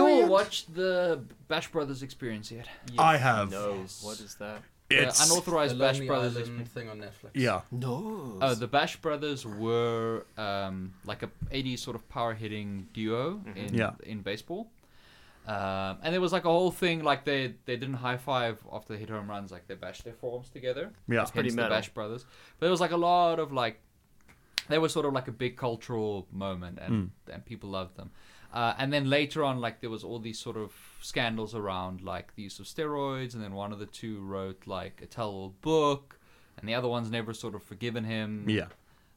watched the Bash Brothers experience yet? I have. No, Yes. what is that? The It's unauthorized Bash Brothers experience. thing on Netflix. yeah. No. Oh, the Bash Brothers were um, like a 80s sort of power hitting duo in Yeah. in baseball. Um, and there was like a whole thing like they they didn't high five after they hit home runs like they bashed their forearms together. Yeah. pretty hence the metal. Bash Brothers. But there was like a lot of like, they were sort of like a big cultural moment, and Mm. and people loved them. Uh, and then later on, like there was all these sort of scandals around like the use of steroids, and then one of the two wrote like a tell-all book, and the other one's never sort of forgiven him. Yeah.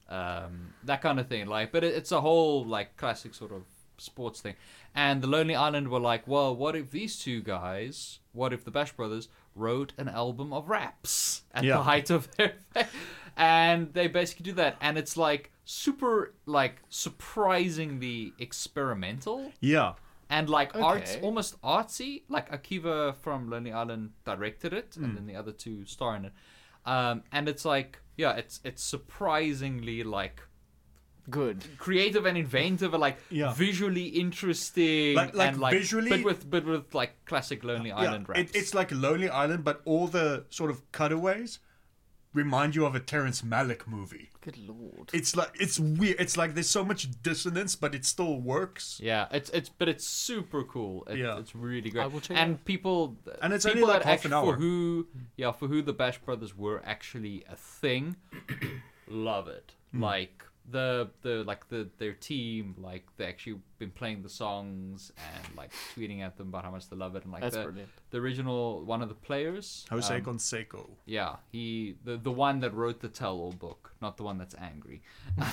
um, that kind of thing. Like, but it, it's a whole like classic sort of sports thing. And the Lonely Island were like, well, what if these two guys, what if the Bash Brothers wrote an album of raps at Yeah. the height of their, and they basically do that, and it's like super, like surprisingly experimental Yeah. and like arts Okay. almost artsy like akiva from lonely island directed it and then the other two star in it um, and it's like yeah it's it's surprisingly like Good. creative and inventive and like Yeah. visually interesting Like- like and like visually- but with but with like classic lonely island yeah. It- raps it's like Lonely Island, but all the sort of cutaways remind you of a Terrence Malick movie. Good lord. It's like it's weird. It's like there's so much dissonance, but it still works. yeah it's it's but it's super cool it, Yeah. it's really great I will check it and people And it's only people like that half an act- hour. for who yeah for who the bash brothers were actually a thing love it Hmm. like the the like the their team like they actually been playing the songs and like tweeting at them about how much they love it and like That's the, brilliant. the original one of the players Jose um, Canseco. yeah, he the the one that wrote the tell-all book, not the one that's angry.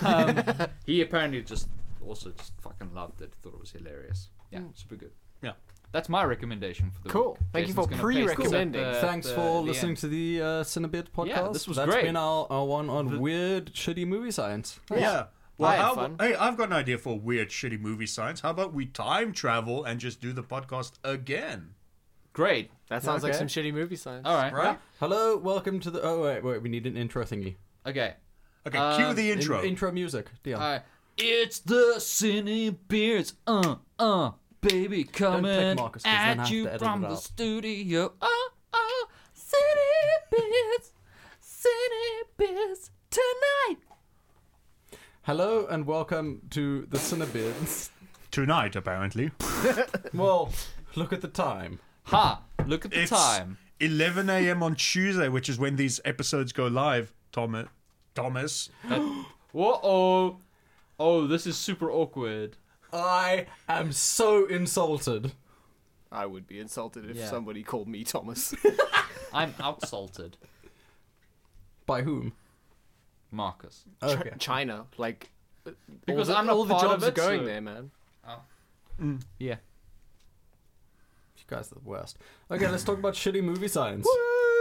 Um, he apparently just also just fucking loved it. Thought it was hilarious. Yeah, Hmm. super good. Yeah. That's my recommendation for the Cool. week. Thank you Jason's for gonna paste this at pre-recommending. the- Thanks Uh, the- for the listening end. to the uh, Cinebit podcast. Yeah, this was That's great. been our, our one on weird, shitty movie science. Yeah. Well, I had how, fun. hey, I've got an idea for weird, shitty movie science. How about we time travel and just do the podcast again? Great. That sounds like Okay. some shitty movie science. All right. Right? Hello, welcome to the. Oh wait, wait, we need an intro thingy. Okay. Okay, cue Um, the In- intro. intro music. Yeah. All right. It's the Cine Beards, uh, uh, baby, coming Marcus, 'cause then I at have you to edit from it the out. studio. Oh, oh, Cine Beards, Cine Beards tonight. Hello and welcome to the Cinebids. Tonight, apparently. well, look at the time. Ha! Look at the It's time. 11 a.m. on Tuesday, which is when these episodes go live, Thomas. Thomas. Whoa! Oh, oh, this is super awkward. I am so insulted. I would be insulted if Yeah. somebody called me Thomas. I'm outsalted, By whom? Marcus. Okay. Ch- China, like uh, Because all the, I'm not all the part of jobs are it, going so- there, man. Yeah. You guys are the worst. Okay, let's talk about shitty movie science.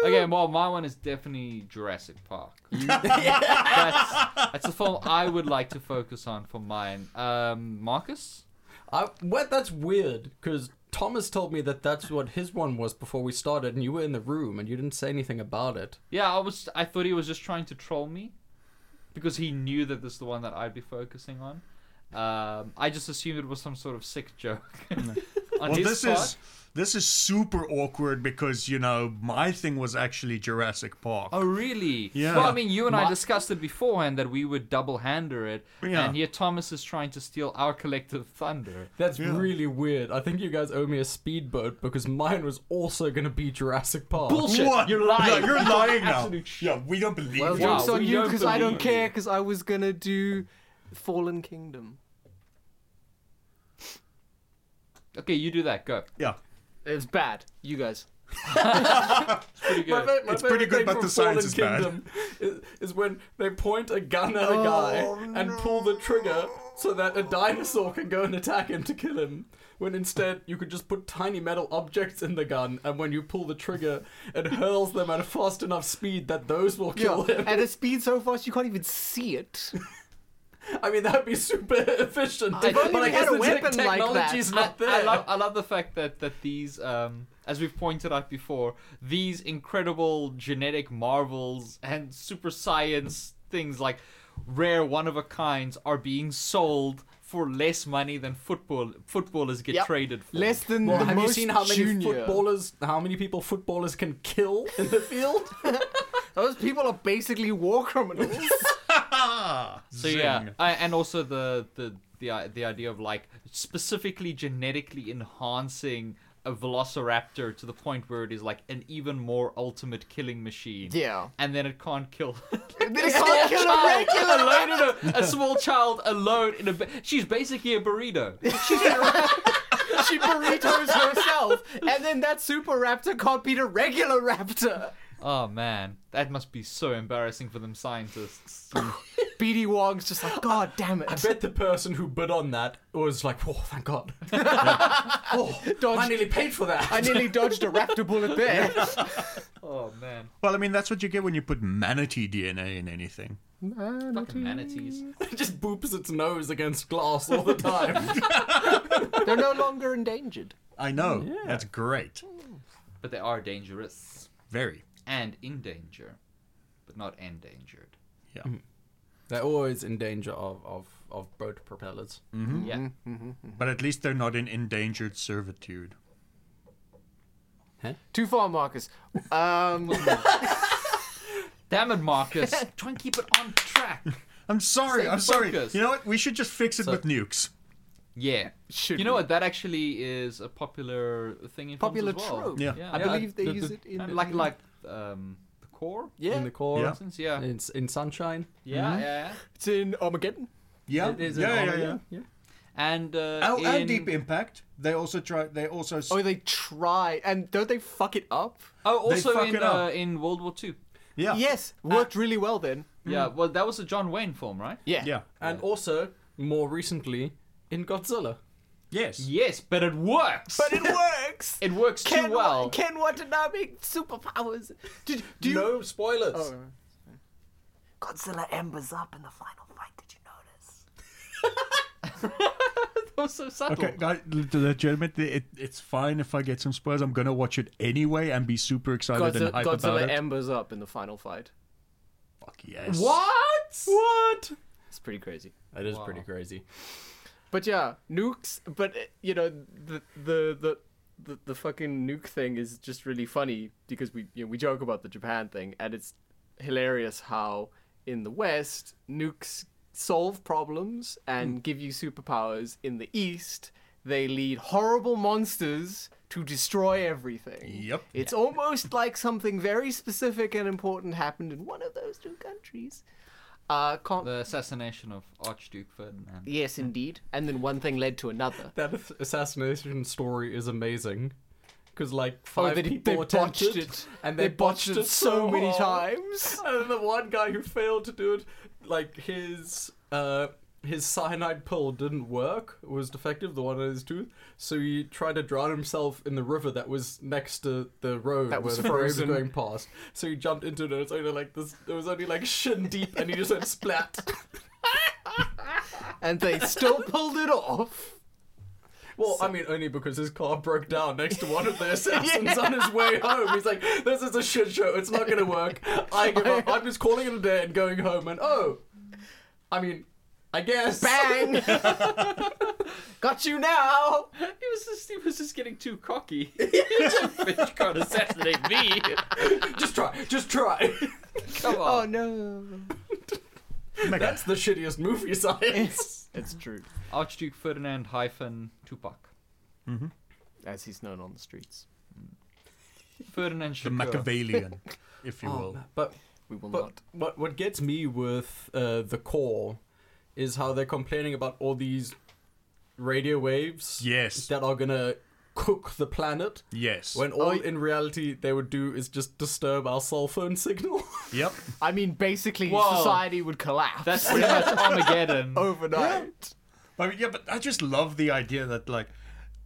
Okay, well, my one is definitely Jurassic Park. that's, that's the film I would like to focus on for mine. Um, Marcus? I, what? That's weird, because Thomas told me that that's what his one was before we started, and you were in the room and you didn't say anything about it. Yeah, I was. I thought he was just trying to troll me, because he knew that this is the one that I'd be focusing on. Um, I just assumed it was some sort of sick joke. on Well, his this part. is this is super awkward because you know my thing was actually Jurassic Park. Oh really? Yeah. Well, I mean, you and I My- discussed it beforehand that we would double-hander it, Yeah. and here Thomas is trying to steal our collective thunder. That's really weird. I think you guys owe me a speedboat because mine was also going to be Jurassic Park. Bullshit! What? You're lying. No, you're lying now. Absolute shit. Yeah, we don't believe Well, you. Wow, jokes on we you don't because I don't believe care because I was gonna do Fallen Kingdom. Okay, you do that. Go. Yeah, It was bad. You guys. Pretty My good. fa- my It's pretty favorite good, thing but from the science is Fallen bad. Oh, Kingdom Is, is when they point a gun at a guy and pull the trigger so that a dinosaur can go and attack him to kill him. When instead you could just put tiny metal objects in the gun, and when you pull the trigger, it hurls them at a fast enough speed that those will kill him. At a speed so fast you can't even see it. I mean, that'd be super efficient. If only but I we guess had a the te- weapon like technology's that. not there. I love, I love the fact that that these, um, as we've pointed out before, these incredible genetic marvels and super science things like rare one of a kinds are being sold for less money than football footballers get Yep. traded for. Less than Well, the have most you seen how many junior. footballers, how many people footballers can kill in the field? Those people are basically war criminals. So yeah, I, and also the the the i- the idea of like specifically genetically enhancing a velociraptor to the point where it is like an even more ultimate killing machine. yeah. And then it can't kill They can't kill a regular. alone in a, a small child alone in a. ba- She's basically a burrito. She burritos herself, and then that super raptor can't beat a regular raptor. Oh man, that must be so embarrassing for them scientists. Oh, BD Wong's just like, God damn I it. bet the person who bid on that was like, "Oh, thank God! oh, I Dodged- nearly paid for that." I nearly dodged a raptor bullet there. Oh man, Well, I mean, that's what you get when you put manatee DNA in anything. fucking manatees. It just boops its nose against glass all the time. They're no longer endangered. I know. That's great. But they are dangerous Very. and in danger, but not endangered. Yeah. Mm. They're always in danger of of, of boat propellers. Mm-hmm. Yeah. But at least they're not in endangered servitude. Too far, Marcus. Um, Damn it, Marcus. Try and keep it on track. I'm sorry. Stay I'm sorry. focused. You know what? We should just fix it with nukes. Yeah. Should you know we? what? That actually is a popular thing in Popular films as well. trope. Yeah. I believe they the- use the- it in And like like um, the core. yeah, In the core, Yeah. Since yeah. in, in sunshine. Yeah, yeah, yeah. it's in Armageddon. Yeah. It is in yeah, yeah, yeah. Armageddon, yeah. And uh, Oh, in- and Deep Impact. They also try. They also. s- Oh, they try and don't they fuck it up? Oh, They also fuck in it up. uh, in World War Two. yeah. Yes, worked really well then. Yeah, well, that was a John Wayne film, right? Yeah. Yeah. and also more recently in Godzilla. Yes. Yes, but it works. But it works. it works Ken, too Wa- well. Ken Watanabe superpowers. Did do you no spoilers. Oh. Godzilla embers up in the final fight. Did you notice? That was so subtle. Okay, guys, legitimate. It, it's fine if I get some spoilers. I'm gonna watch it anyway and be super excited Godzilla, and hype about Godzilla it. embers up in the final fight? Fuck yes. What? What? It's pretty crazy. That is pretty crazy. But yeah, nukes. But uh, you know the the the. The, the fucking nuke thing is just really funny because we you know, we joke about the Japan thing and it's hilarious how in the West nukes solve problems and give you superpowers. In the East, they lead horrible monsters to destroy everything. Yep. It's almost like something very specific and important happened in one of those two countries. Uh, can't The assassination of Archduke Ferdinand. Yes, indeed. And then one thing led to another. That ass- assassination story is amazing. Because like five they- people they botched attempted it. and They botched it so many times. And then the one guy who failed to do it, like his uh his cyanide pill didn't work, was defective, the one in his tooth. So he tried to drown himself in the river that was next to the road That where was the parade was frozen. going past. So he jumped into it and it was only like this it was only like shin deep and he just went splat. And they still pulled it off. Well, I mean, only because his car broke down next to one of the assassins on his way home. He's like, "This is a shit show. It's not gonna work. I give up. I'm just calling it a day and going home." And oh, I mean, I guess. Bang! Got you now! He was just he was just getting too cocky. Bitch can't assassinate me. Just try. Just try. Come Oh on. no. That's the shittiest movie science. It's true, Archduke Ferdinand hyphen Tupac. as he's known on the streets. Ferdinand The Shakur. Machiavellian, if Oh, you will. Um, but We will But not. what what gets me with uh, the core is how they're complaining about all these radio waves. Yes. That are gonna cook the planet. Yes. When all in reality they would do is just disturb our cell phone signal. yep. I mean, basically, Whoa. society would collapse That's pretty much Armageddon. overnight. I mean, yeah, but I just love the idea that like,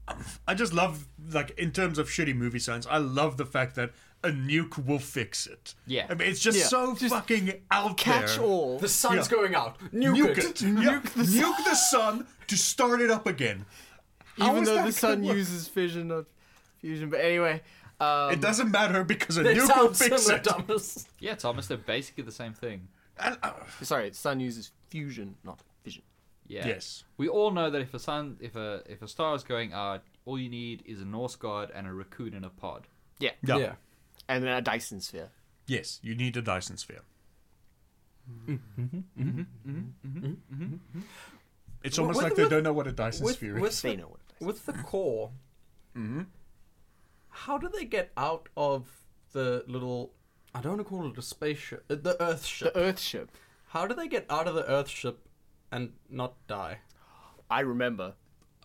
um, I just love like in terms of shitty movie science. I love the fact that a nuke will fix it. Yeah. I mean, it's just Yeah. so fucking out Catch there. all. the sun's Yeah. going out. Nuke, it. Nuke it. Yeah. Nuke, the sun to start it up again. How Even is though that the sun gonna work? uses fission, not fusion. But anyway, um, It doesn't matter because a They nuke will sound fix similar, it. Thomas. Yeah, Thomas, they're basically the same thing. And, uh, sorry, sun uses fusion, not fission. Yeah. Yes. We all know that if a sun, if a if a star is going out, all you need is a Norse god and a raccoon in a pod. Yeah. Yeah. yeah. And then a Dyson sphere. Yes, you need a Dyson sphere. It's almost With- like they with- don't know what a Dyson with, sphere with is. They the, know what it with the core, Mm-hmm. how do they get out of the little? I don't want to call it a spaceship, uh, the Earth ship. The Earthship. how do they get out of the Earth ship and not die? I remember.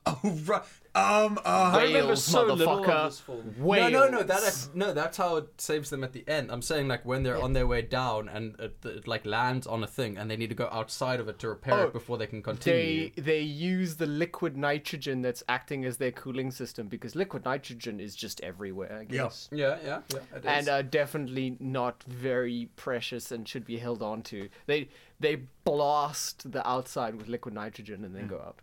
Oh, right. Um, uh, I remember Whales, so little of motherfucker. this film. Whales. No, no, no. That is, no. That's how it saves them at the end. I'm saying like when they're on their way down and it, it like lands on a thing and they need to go outside of it to repair Oh, it before they can continue. they they use the liquid nitrogen that's acting as their cooling system because liquid nitrogen is just everywhere. I guess. Yeah, yeah, yeah. It is. and uh, are definitely not very precious and should be held on to. They they blast the outside with liquid nitrogen and then go out.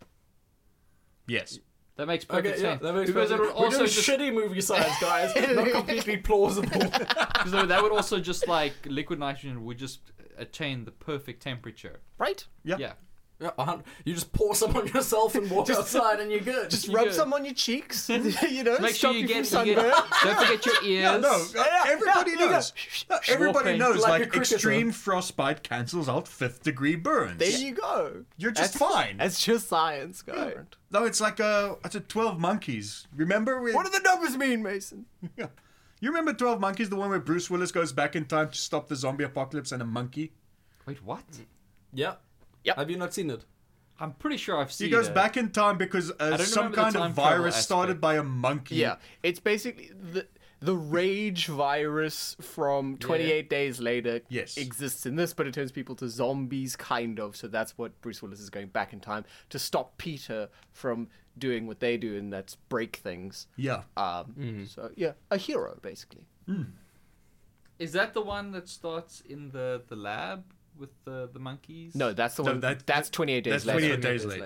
yes. That makes perfect Okay, yeah, sense. that makes because sense. it would We're also doing just, shitty movie science, guys. Not completely plausible. because that would also just like liquid nitrogen would just attain the perfect temperature. Right? Yeah. Yeah. Yeah, a hun- you just pour some on yourself and walk outside, and you're good. Just You rub go- some on your cheeks, you know, Make stop sure you from get, you sunburn. get don't forget your ears. No, uh, everybody yeah, you knows. go- Uh, Everybody Walking knows. like a Like, cricketer. extreme frostbite cancels out fifth degree burns. There you go. You're just That's- fine. That's just science, guy. no, it's like a it's a Twelve Monkeys. Remember? We, What do the numbers mean, Mason? you remember Twelve Monkeys, the one where Bruce Willis goes back in time to stop the zombie apocalypse and a monkey. Wait, what? yeah. Yep. Have you not seen it? I'm pretty sure I've seen. He goes it. back in time because uh, don't some remember the kind time of travel virus started aspect. by a monkey. Yeah, it's basically the the rage virus from 28 days later Yes. exists in this, but it turns people to zombies, kind of. So that's what Bruce Willis is going back in time to stop Peter from doing what they do, and that's break things. Yeah. Um, Mm-hmm. So yeah, a hero basically. Is that the one that starts in the the lab with the the monkeys? No, that's the No, one. that- that's 28 days That's later. 28 28, days days later.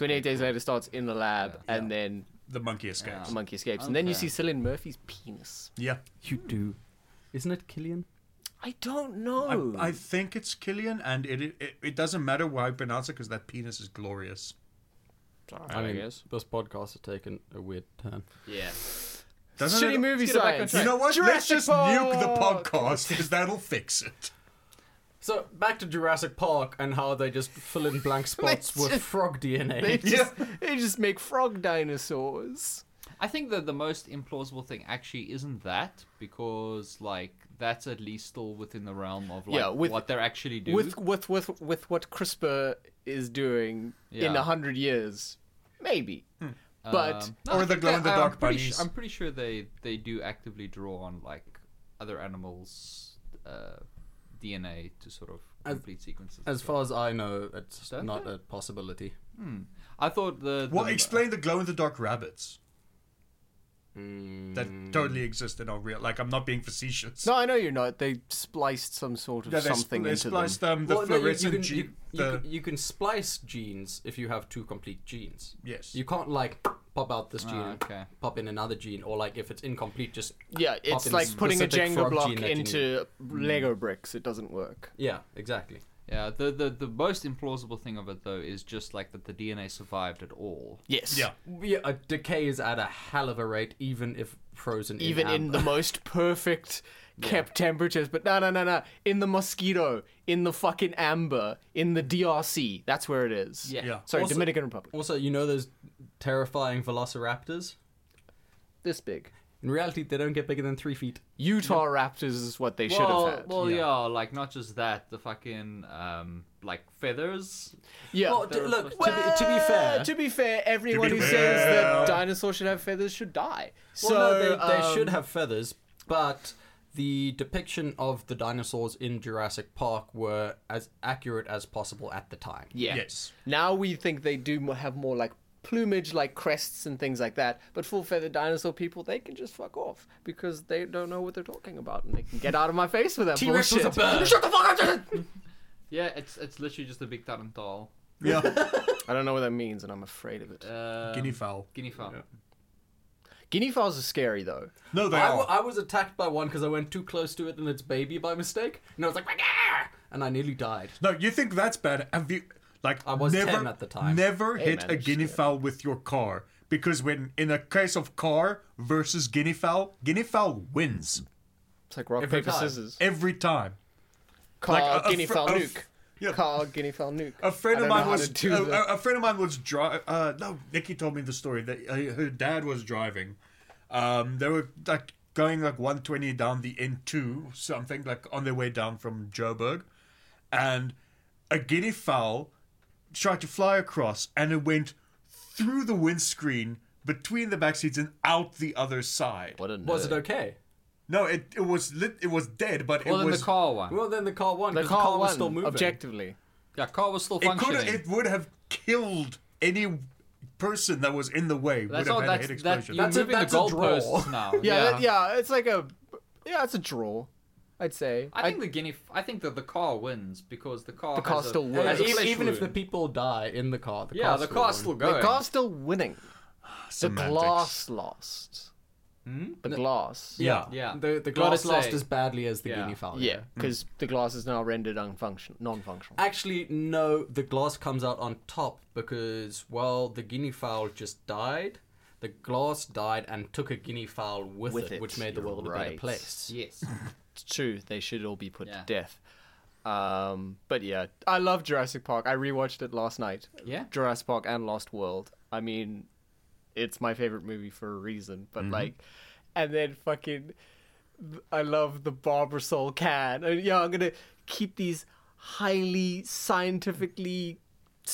later. days later starts in the lab, and then The monkey escapes. the monkey escapes, and then you Okay. see Cillian Murphy's penis. Yeah. You do. Isn't it Killian? I don't know. I, I think it's Killian, and it it, it doesn't matter why I pronounce it because that penis is glorious. I, mean, this podcast has taken a weird turn. Yeah. Doesn't Shitty it? movie Let's get it back on science. track. You know what? Let's Jurassic just nuke the Park. podcast because that'll fix it. So back to Jurassic Park and how they just fill in blank spots with just- frog DNA. They just, they just make frog dinosaurs. I think that the most implausible thing actually isn't that because like that's at least still within the realm of like Yeah, with- what they're actually doing. Um, With with with with what CRISPR is doing in a Yeah. hundred years, maybe. Hmm. But Or I the think glow they- in the I'm dark pretty bunnies. su- I'm pretty sure they they do actively draw on like other animals' uh, DNA to sort of complete sequences. as far as I know, it's Don't not they? a possibility. I thought the, the Well, explain the glow in the dark rabbits. That totally exist in our real. Like I'm not being facetious. no, I know you're not. They spliced some sort of Yeah, they, spl- something they into spliced them. um, the Well, no, you- you fluorescent can- gene. you- you the- can- You can splice genes if you have two complete genes. Yes. You can't like pop out this gene, Ah, and okay. pop in another gene, or like if it's incomplete, just Yeah, pop it's in like putting a specific Jenga frog block gene that you need. into Lego bricks. It doesn't work. Yeah, exactly. yeah the, the the most implausible thing of it though is just like that the DNA survived at all. Yes. yeah. Yeah, uh, decays at a hell of a rate, even if frozen. Even in amber. the most perfect kept temperatures, but no, no, no, no. In the mosquito, in the fucking amber, in the DRC. That's where it is. Yeah. Yeah. Sorry, Also- Dominican Republic. Also, you know those terrifying velociraptors. This big. In reality, they don't get bigger than three feet. Utah Raptors is what they should have well, had. well, Yeah. yeah. like not just that, the fucking um, like feathers. yeah. Well, d- look, to be, Well, to be fair, to be fair, everyone be who says fair. that dinosaurs should have feathers should die. well, So no, they, they um, should have feathers, but the depiction of the dinosaurs in Jurassic Park were as accurate as possible at the time. Yeah. Yes. Now we think they do mo- have more like plumage, like crests and things like that. But full feathered dinosaur people, they can just fuck off because they don't know what they're talking about, and they can get out of my face with that T-Rex was bullshit. a bird. Shut the fuck up! Yeah, it's it's literally just a big tarantal. Yeah. I don't know what that means, and I'm afraid of it. Uh, Um, Guinea fowl. Guinea fowl. Guinea fowls are scary though. No, they I, are. w- I was attacked by one because I went too close to it and its baby by mistake, and I was like, "Wah!" and I nearly died. No, you think that's bad? Have you? Like I was never, 10 at the time. Never hit man, a it's guinea fowl with your car because when in a case of car versus guinea fowl, guinea fowl wins It's like rock, Every paper, time. scissors. every time. Car, Like a- a guinea fr- fowl a f- nuke. yeah. Car, guinea fowl nuke. A friend I don't know of mine how was to do a, the- a- a friend of mine was driving. Uh, no, Nikki told me the story that uh, her dad was driving. Um, they were like going like 120 down the N2 something like on their way down from Joburg, and a guinea fowl tried to fly across and it went through the windscreen between the back seats and out the other side. What a nerd. Was it okay? No, it it was lit. It was dead, but Well, it then was the car one. Well, then the car won. The 'cause car, was won, still moving. objectively. Yeah, car was still It could. functioning. It would have killed any person that was in the way. that's would have all. had a That's head that. explosion. You're That's a- moving that's the a draw. goalposts now. Yeah, yeah. That, yeah, it's like a, yeah, it's a draw, I'd say. I think the guinea. f- I think that the car wins because the car. The car has a- still wins. has a even, flesh e-, even if the wound. people die in the car, the yeah, car the still car's won. still the going. car's still winning. The Semantics. glass lost. The glass. Yeah. Yeah. The, the Gotta glass lost say. as badly as the Yeah. guinea fowl. Yeah, because the glass is now rendered unfunction- non-functional. Actually, no, the glass comes out on top because, well, the guinea fowl just died. The glass died and took a guinea fowl with, With it, it, which made the you're world a better right. place. Yes. It's true. They should all be put Yeah. to death. Um, but yeah, I love Jurassic Park. I rewatched it last night. Yeah. Jurassic Park and Lost World. I mean, it's my favorite movie for a reason. But like, and then fucking, I love the Barbara Soul can. Uh, yeah, I'm gonna keep these highly scientifically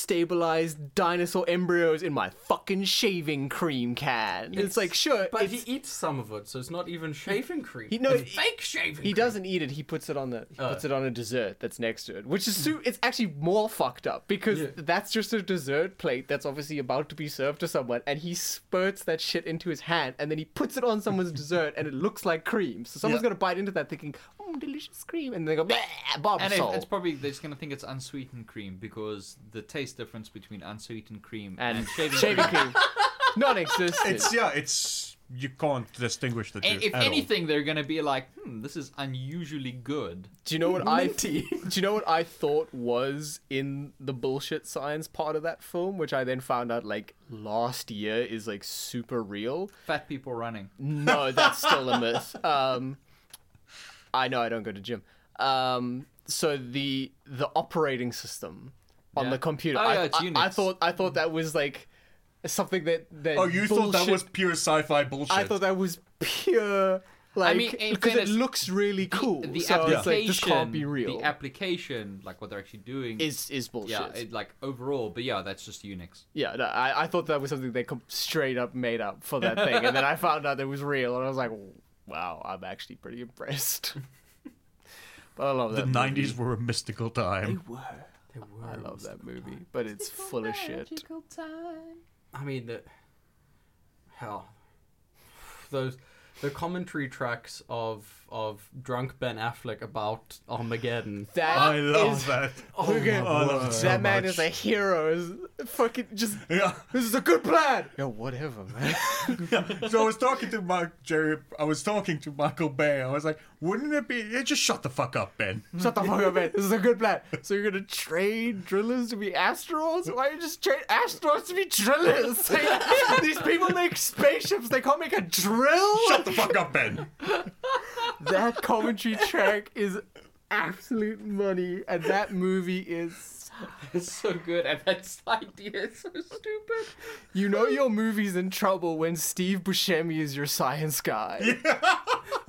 stabilized dinosaur embryos in my fucking shaving cream can. It's like sure, But it's- he eats some of it, so it's not even shaving cream. He- no, it's he- fake shaving He cream. doesn't eat it. He puts it on the he puts it on a dessert that's next to it, which is su- it's actually more fucked up because Yeah. that's just a dessert plate that's obviously about to be served to someone, and he spurts that shit into his hand, and then he puts it on someone's dessert, and it looks like cream. So someone's gonna bite into that thinking, "Mm, delicious cream," and they go, "Bleh, Barbara And it, Sol." it's probably they're just gonna think it's unsweetened cream because the taste difference between unsweetened cream and, and shaving, shaving cream. cream, non-existent. It's yeah. It's you can't distinguish the two. And if at all. anything, they're gonna be like, "Hmm, this is unusually good." Do you know what I? Minty. Do you know what I thought was in the bullshit science part of that film, which I then found out like last year is like super real. Fat people running. No, that's still a myth. Um, I know I don't go to gym. Um, so the the operating system on Yeah. the computer. Oh, I, yeah, it's I- I Unix. thought I thought that was like something that that. Oh, you thought that bullshit- was pure sci-fi bullshit. I thought that was pure. Like, mean, in because it fairness, looks really cool, The so application, it's like this can't be real. The application, like what they're actually doing, is is bullshit. yeah, it, like overall. But yeah, that's just Unix. Yeah, no, I, I thought that was something they com- straight up made up for that thing, and then I found out it was real, and I was like, "Wow, I'm actually pretty impressed." but I love the that. movie. '90s were a mystical time. They were I love that movie, but it's full of shit. I mean the hell those the commentary tracks of of drunk Ben Affleck about Armageddon. That I love is- that. Oh my I love it so that man much. is a hero. Is fucking just. Yeah. This is a good plan. Yeah, whatever, man. So I was talking to Mike Jerry. I was talking to Michael Bay. I was like, "Wouldn't it be? Yeah, just shut the fuck up, Ben." Shut the fuck up, man. This is a good plan. So you're gonna train drillers to be astronauts? Why you just train astronauts to be drillers? Like, these people make spaceships. They can't make a drill. Shut the fuck up, Ben. that commentary track is absolute money, and that movie is. It's so good, and that's idea is so stupid. You know your movie's in trouble when Steve Buscemi is your science guy.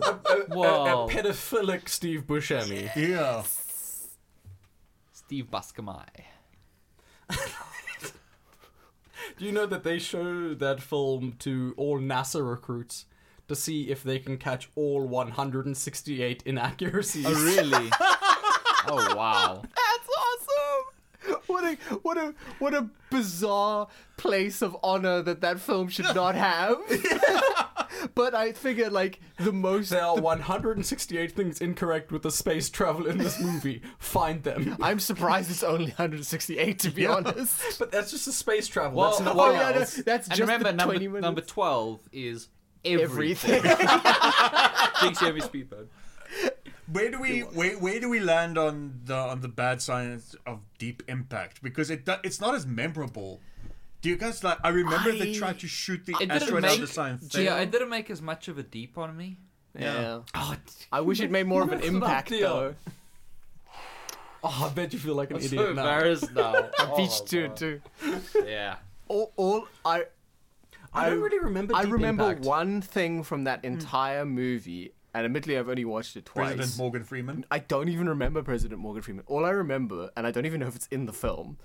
uh, A, Whoa, a pedophilic Steve Buscemi. Yeah. Steve Buscemi. Do you know that they show that film to all NASA recruits to see if they can catch all 168 inaccuracies? really? oh wow. That's awesome. What a what a what a bizarre place of honor that that film should not have. but I figure like the most There are 168 things incorrect with the space travel in this movie. Find them. I'm surprised it's only 168 to be honest. But that's just the space travel. Well, that's not well, well, yeah, no, else. that's And just remember, the number 20 minutes. number twelve is everything. everything. Big Sammy Speedboat. Where do we where, where do we land on the on the bad science of Deep Impact? Because it do- it's not as memorable. Do you guys like? I remember they I- tried to shoot the It didn't asteroid out of the make- science thing. Yeah, it didn't make as much of a deep on me. Yeah. Oh, I wish it made more of an That's impact not the- though. Oh, I bet you feel like an I'm idiot so now. embarrassed now. Oh, Beach Oh, two God. too. Yeah. All, all I I don't I- really remember. I Deep remember Impact. one thing from that entire movie, and admittedly I've only watched it twice. President Morgan Freeman. I don't even remember President Morgan Freeman. All I remember, and I don't even know if it's in the film.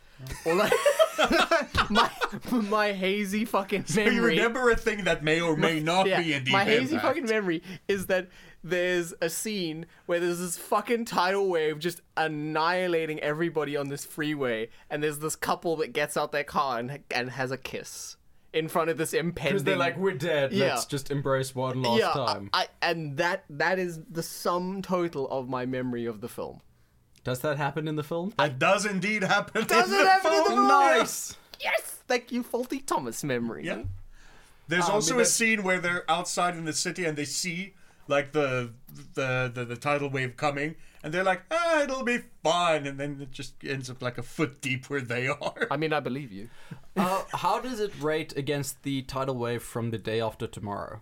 All I my my hazy fucking memory. You remember a thing that may or may not Yeah, be in Deep my Impact. hazy fucking memory is that there's a scene where there's this fucking tidal wave just annihilating everybody on this freeway, and there's this couple that gets out their car and and has a kiss in front of this impending. because they're like, we're dead. Yeah. Let's just embrace one last yeah, I- time. I, and that that is the sum total of my memory of the film. Does that happen in the film? It does indeed happen. Does in it the happen in the film. movie? Oh, Nice. Yes, thank you, faulty Thomas memory. Yeah. There's Ah, I also mean, a that- scene where they're outside in the city and they see like the the the, the tidal wave coming, and they're like, "Ah, it'll be fine," and then it just ends up like a foot deep where they are. I mean, I believe you. uh, how does it rate against the tidal wave from the day after tomorrow?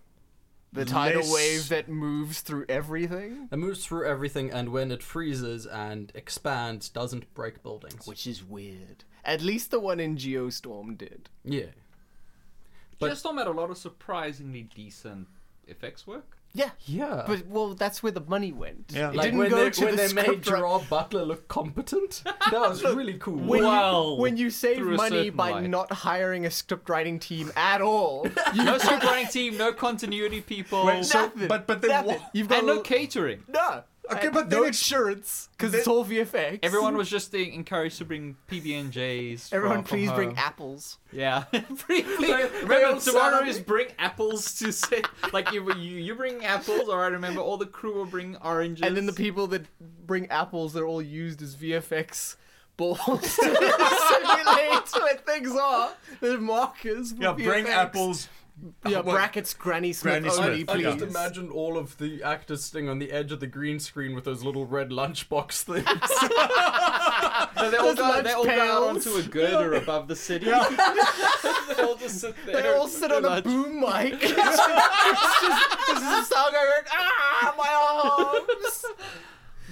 The tidal Less- wave that moves through everything, It moves through everything, and when it freezes and expands, doesn't break buildings. which is weird. At least the one in Geostorm did. yeah. But- Just had a lot of surprisingly decent effects work. Yeah. Yeah. But well, that's where the money went. Yeah. It like didn't when go they, to when the they made script writer. Gerard Butler look competent, that was really cool. When you- Well, when you save through a money certain by light. not hiring a script writing team at all, you No supporting team, no continuity people, Wait, so- nothing. but- but then nothing. wha- you've got and no l- catering. no. Okay, And but then no it- insurance because then- it's all VFX. Everyone was just being encouraged to bring PB and J's. everyone, please bring Home. apples. Yeah, Bring- bring- They- they remember all tomorrow suddenly- is bring apples to say like you you, you bring apples. All right, remember all the crew will bring oranges. And then the people that bring apples, they're all used as VFX balls to simulate where things are. They're markers. for yeah, bring VFX. apples. Yeah, Well, brackets Granny Smith Granny only, Smith, okay. I please. just imagine all of the actors sitting on the edge of the green screen with those little red lunchbox things. So they all Those go, lunch they all go out pails. onto a girder above the city. they all just sit there. They all sit on a Lunch. boom mic. it's just, this is a sound guy going, ah, my arms.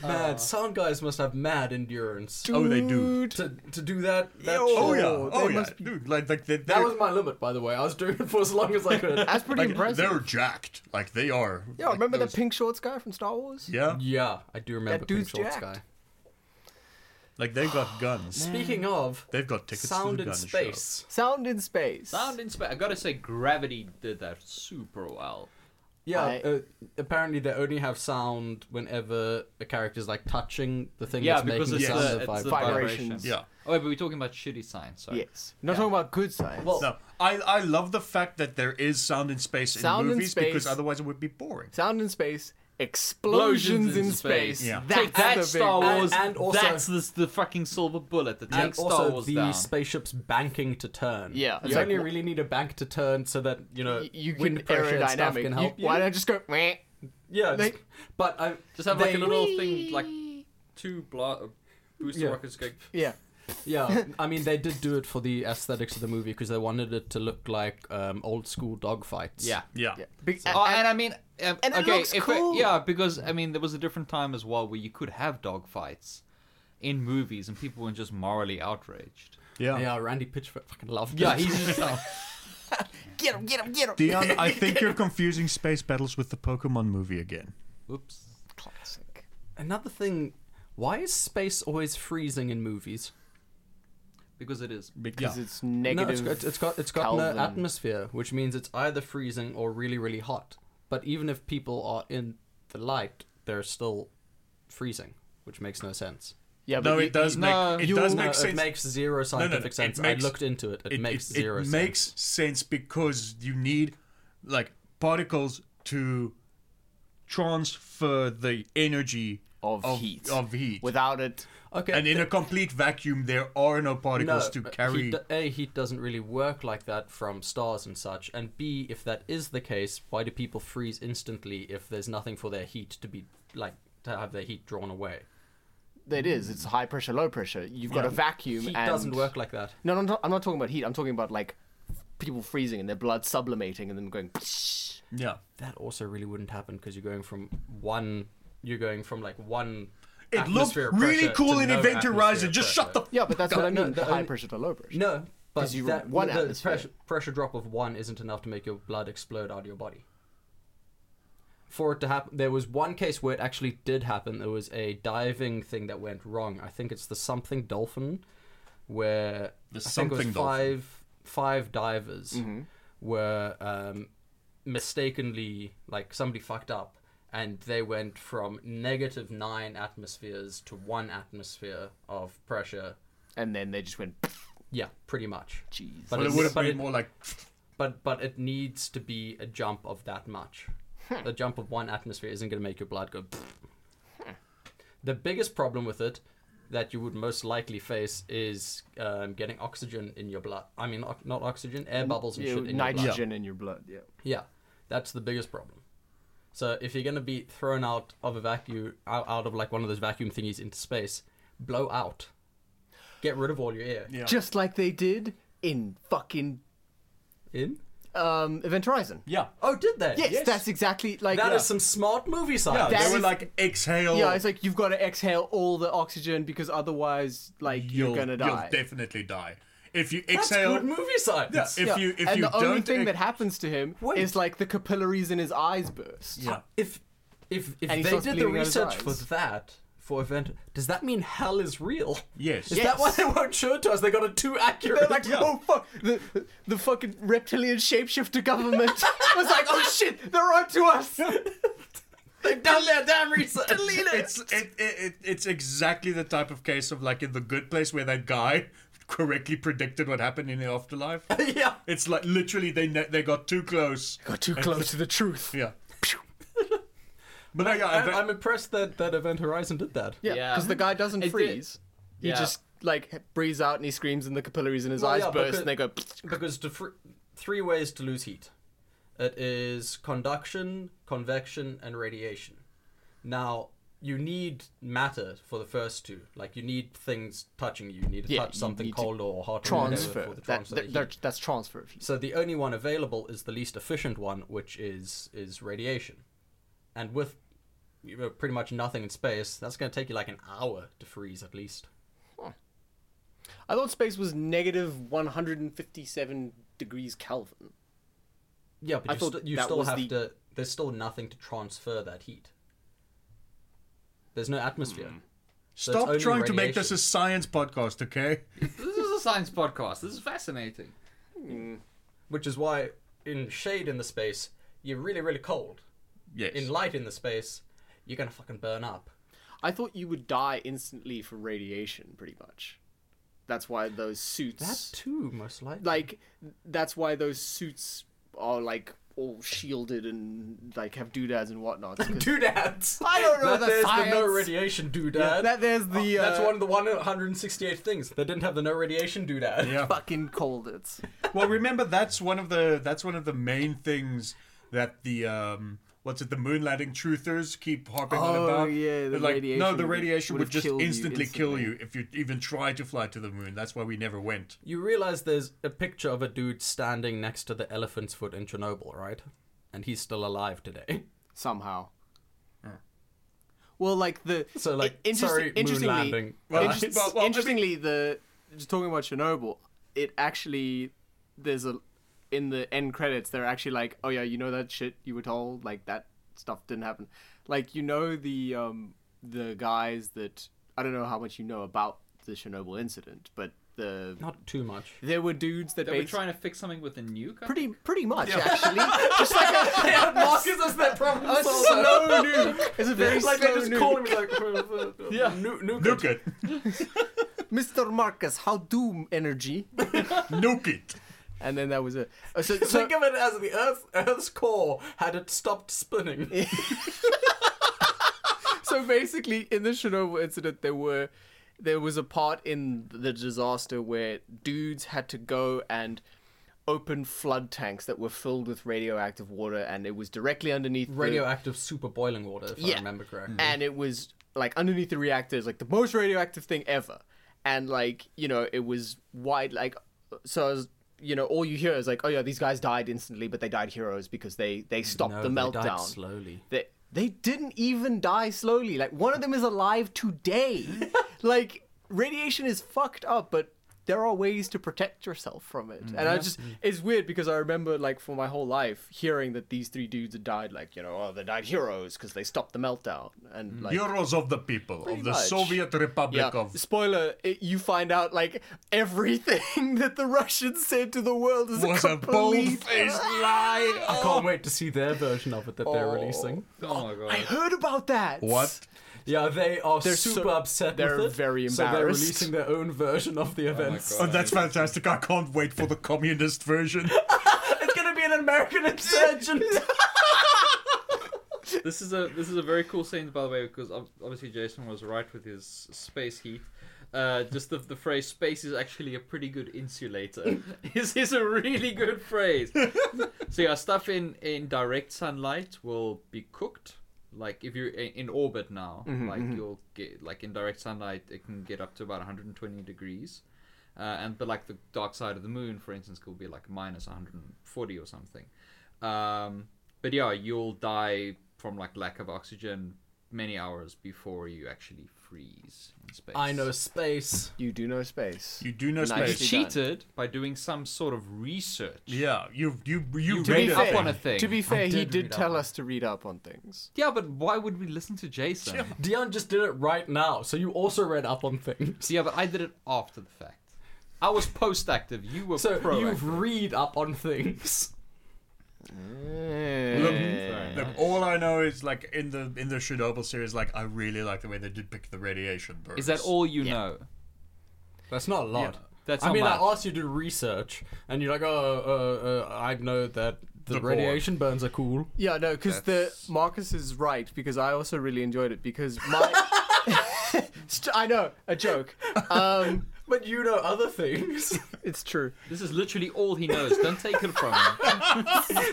mad sound guys must have mad endurance. Oh, they do. To, to do that, that Yo. shit. Oh yeah, Oh, oh they yeah, must be- dude. Like, like they, That they're, was my limit, by the way. I was doing it for as long as I could. That's pretty like, impressive. they're jacked. Like they are. Yeah, like, remember those- the pink shorts guy from Star Wars? Yeah, yeah, I do remember That Pink dude's Shorts jacked. guy. like they've got guns. Speaking of, They've got tickets sound to in the gun space. Sound in space. Sound in space. I gotta say, Gravity did that super well. Yeah, I- uh, apparently they only have sound whenever a character's like touching the thing Yeah, that's because making it's, sound the, of it's the vibration. vibrations. vibrations. Yeah. Oh, wait, but we're talking about shitty science. Sorry. Yes. Not talking about good science. Well, No, I, I love the fact that there is sound in space Sound in in movies because space. otherwise it would be boring. Sound in space, explosions Explosions in in space. space. Yeah. That's Take that, the big- Star And- Wars. and also- that's the, the fucking silver bullet that And takes Star also Wars the down. spaceship's banking to turn. Yeah, you it's like- only really need a bank to turn so that you know Y- You wind can pressure and stuff aerodynamic. can You- help you. Why don't I just go? Meh. Yeah, it's- they- but I Just have like they- a little thing, like two blo- booster Yeah. rockets going. Yeah. Yeah, I mean they did do it for the aesthetics of the movie because they wanted it to look like um, old school dogfights. Yeah. Yeah. yeah. uh, Big, Oh, and I mean, um, and it okay, looks if cool. yeah, because I mean, there was a different time as well where you could have dog fights in movies and people weren't just morally outraged. Yeah. yeah. Randy Pitchford fucking loved it. Yeah, he's just like, Get him, get him, get him. Dion, I think you're confusing space battles with the Pokemon movie again. oops. classic. another thing. Why is space always freezing in movies? Because it is. Because it's No, negative. it's got it's got, it's got Kelvin. no atmosphere, which means it's either freezing or really really hot. But even if people are in the light, they're still freezing, which makes no sense. Yeah, but No, you- it does you- make no, it you- does No, make It sense. makes zero no, scientific it sense. makes- I looked into it. It, makes it, zero it sense. makes sense because you need like particles to transfer the energy Of heat. of heat. Without it, okay. and in a complete vacuum, there are no no, particles to but carry. heat, do- a heat doesn't really work like that from stars and such, and B, if that is the case, why do people freeze instantly if there's nothing for their heat to be like to have their heat drawn away. It is. It's high pressure, low pressure. You've got a vacuum. Heat and... doesn't work like that. No, no, no, I'm not talking about heat. I'm talking about like people freezing and their blood sublimating and then going. Yeah. That also really wouldn't happen because you're going from one. You're going from like one. It looked atmosphere really pressure cool to in no Event Horizon. atmosphere Just pressure. shut the. F- Yeah, but that's what I No, mean. the the high only- pressure to low pressure. No, but 'Cause you- that one the atmosphere. pressure pressure drop of one isn't enough to make your blood explode out of your body. For it to happen, there was one case where it actually did happen. There was a diving thing that went wrong. I think it's the something dolphin, where I The something think it was dolphin. five five divers Mm-hmm. were um, mistakenly like somebody fucked up, and they went from negative nine atmospheres to one atmosphere of pressure. And then they just went. Yeah, pretty much. Jeez. But Well, it it's- would have but been it- more like. but but it needs to be a jump of that much. A jump of one atmosphere isn't going to make your blood go. The biggest problem with it that you would most likely face is um, getting oxygen in your blood. I mean, oc- not oxygen, air bubbles and You- shit in your blood. nitrogen in your blood. Yeah. Yeah, that's the biggest problem. So if you're going to be thrown out of a vacuum, out, out of like one of those vacuum thingies into space, blow out. Get rid of all your air. Yeah. Just like they did in fucking In? um, Event Horizon. Yeah. Oh, did they? Yes, that's exactly like. That is yeah. some smart movie science. Yeah, That they were is- like exhale. Yeah, it's like you've got to exhale all the oxygen because otherwise, like, you're, gonna die. You'll definitely die if you That's exhale. good movie science. Yeah, if Yeah, you if and you the don't only thing ex- that happens to him Wait. is like the capillaries in his eyes burst. yeah. if if if And he they starts did the bleeding out his research for eyes. that for event, does that mean hell is real? Yes. Is that why Yes. they won't show it to us? They got it too accurate. They're like, oh fuck, the the fucking reptilian shapeshifter government was like, oh shit, they're on to us. they've done their damn research. Delete It's it, it, it it's exactly the type of case of like in the good place where that guy correctly predicted what happened in the afterlife. yeah. it's like literally they ne- they got too close. Got too close to the truth. Yeah. but no, yeah, I'm, Event- I'm impressed that, that Event Horizon did that. Yeah, Yeah. because the guy doesn't It did- freeze. He Yeah. just like breathes out and he screams and the capillaries in his Well, eyes yeah, burst and they go. Because to fr- three ways to lose heat. It is conduction, convection, and radiation. Now, you need matter for the first two. Like, you need things touching you. You need to Yeah, touch you something need to cold or hot or whatever transfer. for the That, transfer of that, heat. that, that's transfer of heat. So the only one available is the least efficient one, which is is radiation, and with you know, pretty much nothing in space, that's going to take you like an hour to freeze at least. I thought space was negative 157 degrees Kelvin. Yeah, but I you, thought st- you that still was have the- to. There's still nothing to transfer that heat. There's no atmosphere. Hmm. So it's stop only trying to make radiation. this a science podcast, okay? This is a science podcast. This is fascinating. which is why in shade in the space you're really really cold. Yes. In light in the space, you're gonna fucking burn up. I thought you would die instantly for radiation, pretty much. That's why those That suits, too, most likely. like, that's why those suits are like all shielded and like have doodads and whatnot. 'cause- doodads. I don't know That the there's the no science. radiation doodad. that there's the That's uh, one of the 168 things. They didn't have the no radiation doodad. Yeah. fucking cold. It's well, remember that's one of the that's one of the main things that the um what's it the moon landing truthers keep harping on Oh, about. yeah, the They're like no, radiation the would- radiation would would, have just killed you instantly, kill instantly. you if you even try to fly to the moon. That's why we never went. You realize there's a picture of a dude standing next to the elephant's foot in Chernobyl, right? And he's still alive today. somehow. Well, like the So, like, i- interesti- sorry, moon interestingly, landing. Well, interest- I- well, well, I interestingly, the just talking about Chernobyl, it actually there's a in the end credits they're actually like, oh yeah, you know that shit you were told, like that stuff didn't happen. Like you know the um the guys that I don't know how much you know about the Chernobyl incident, but the Not too much. there were dudes that They were basically trying to fix something with a nuke. I pretty pretty much actually just like a, Marcus is their problem a slow nuke. It's a very Like, they slow just nuke. call him, like, uh, yeah. nu- nuke Nuke it. it, Mr. Marcus, how do energy? nuke it. And then that was it. Uh, So, so Think of it as the Earth, Earth's core had it stopped spinning. so basically, in the Chernobyl incident, there were there was a part in the disaster where dudes had to go and open flood tanks that were filled with radioactive water, and it was directly underneath the- Radioactive super boiling water, if Yeah. I remember correctly. and it was like underneath the reactor is like the most radioactive thing ever and like you know it was wide like so I was, you know all you hear is like oh yeah these guys died instantly but they died heroes because they they stopped No, the they meltdown died slowly. they, they didn't even die slowly like one of them is alive today like radiation is fucked up but there are ways to protect yourself from it and i just it's weird because i remember like for my whole life hearing that these three dudes had died like you know oh they died heroes because they stopped the meltdown Mm. and like Heroes of the people Pretty of the much. Soviet Republic yeah. of. Spoiler: it, You find out like everything that the Russians said to the world is Was a a bold complete. faced lie. Oh, I can't wait to see their version of it that they're releasing. Oh my I god. heard about that. What? Yeah, they are They're so- super upset they're with it. very So they're embarrassed. releasing their own version of the events. Oh, that's fantastic. I can't wait for the communist version. it's gonna be an American insurgent! this is a this is a very cool scene by the way because ob- obviously Jason was right with his space heat. Uh, just the, the phrase "space is actually a pretty good insulator" is is a really good phrase. so yeah, stuff in in direct sunlight will be cooked. Like if you're i- in orbit now, like you'll get like in direct sunlight, it can get up to about 120 degrees. Uh, and but like the dark side of the moon, for instance, could be like minus 140 or something. Um, but yeah, you'll die from like lack of oxygen many hours before you actually freeze in space. I know space. You do know space. You do know You Nice. space. cheated by doing some sort of research. Yeah, you you you, To be read it. fair- up on a thing. To be fair, he did did read up tell on us to read up on things. Yeah, but why would we listen to Jason? Yeah, Dion just did it right now, so you also read up on things. but I did it after the fact. I was post active. You were So pro. you read up on things. Mm. Sorry. Look, all I know is like in the in the Chernobyl series, like I really like the way they did pick the radiation burns. Is that all you know? That's not a lot. That's I not mean, I much. asked you to do research, and you're like, oh, uh, uh, I know that the, The core. radiation burns are cool. Yeah, no, because the Marcus is right because I also really enjoyed it because my. St- I know a joke. Um, But you know other things. it's true. This is literally all he knows. Don't take it from him.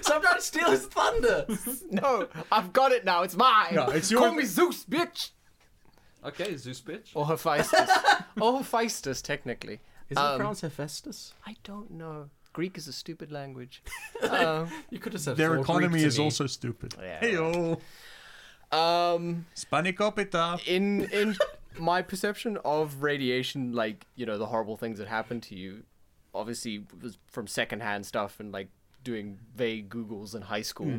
so I'm trying to steal his thunder. No, I've got it now. It's mine. Yeah, it's Call your- me Zeus, bitch. Okay, Zeus bitch. Or Hephaestus. or Hephaestus, technically. Is Um, Hephaestus? I don't know. Greek is a stupid language. um, You could have said Their it's all Greek economy to is me. also stupid. Yeah. Heyo, um, Spanicopita. in in my perception of radiation, like you know the horrible things that happen to you, obviously was from secondhand stuff and like doing vague Googles in high school.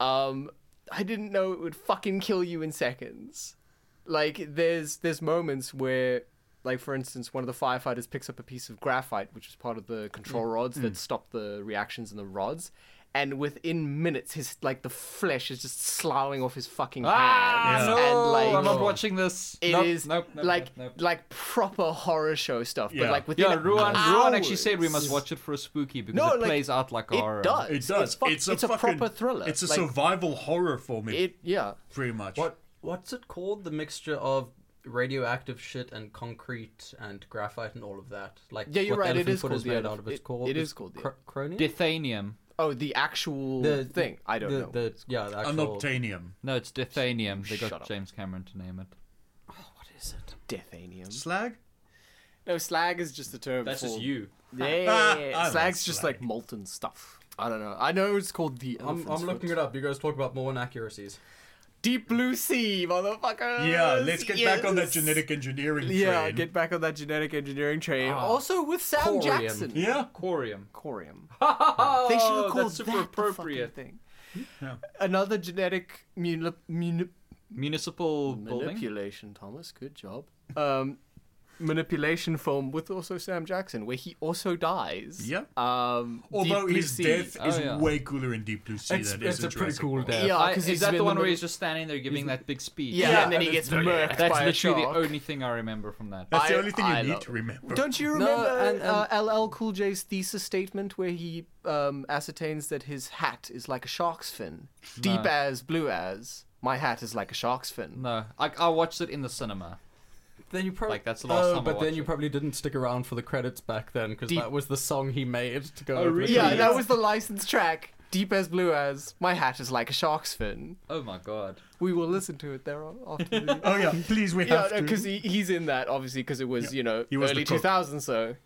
Um, I didn't know it would fucking kill you in seconds. Like there's there's moments where. Like for instance, one of the firefighters picks up a piece of graphite, which was part of the control rods that stopped the reactions in the rods, and within minutes, his like the flesh is just sloughing off his fucking Ah, hands, no, and like I'm not watching this. it is nope, nope, nope, like nope, nope. like proper horror show stuff, but Yeah. like within Yeah, Ruan, hours, Ruan actually said we must watch it for a spooky because No, it like, plays out like um, a horror. It does. It does. It's, fuck- it's a, it's a fucking- proper thriller. It's a like, survival horror for me, It yeah. pretty much. What what's it called? The mixture of radioactive shit and concrete and graphite and all of that. Like Yeah, you're what right, it elephant is foot called the made elef- out of. It's it- called. it it's is called the- cr- cronium. Dithanium. Oh, the actual The- thing. I don't the, know. The, yeah, the actual. Unobtainium. No, it's Dithanium. They Shut got up. James Cameron to name it. What is it? Deathanium. Slag. No, slag is just a term. for- you. Yeah, like slag's just slag. like molten stuff. I don't know. I know it's called the. I'm, I'm looking it up. You guys talk about more inaccuracies. Deep blue sea, motherfucker. Yeah, let's get back on that genetic engineering Yeah, train. get back on that genetic engineering train. also with Sam Corium. Jackson. yeah. Corium. Corium. Oh, They should have called that's super that appropriate. The fucking Hmm. thing. Another genetic muni- muni- Municipal building. manipulation, Thomas. Good job. Um, manipulation film with also Sam Jackson, where he also dies. Yeah. Um, Although Deep Blue his Sea. death uh, Oh, is yeah. way cooler in Deep Blue Sea It's- than it is it's in a pretty Jurassic cool World. death. Yeah, I- because is that the, in one the where he's middle- just standing there giving that big speech? Yeah, Yeah, and then and he gets it's very- murked That's by a literally shark. the only thing I remember from that. That's I- the only thing I you love- need to remember. Don't you No, remember and- uh, LL Cool J's thesis statement where he um, ascertains that his hat is like a shark's fin, deep as, blue as. My hat is like a shark's fin. No, I, I watched it in the cinema. then you probably Like, that's the last oh, time I But then watched you it. probably didn't stick around for the credits back then because Deep- that was the song he made to go. Oh, over the really? Yeah, credits. that was the licensed track. Deep as blue as my hat is like a shark's fin. Oh my god. We will listen to it there after the Oh yeah, please we Yeah, have to. because he, he's in that obviously because it was you know he was the early cook. 2000s. So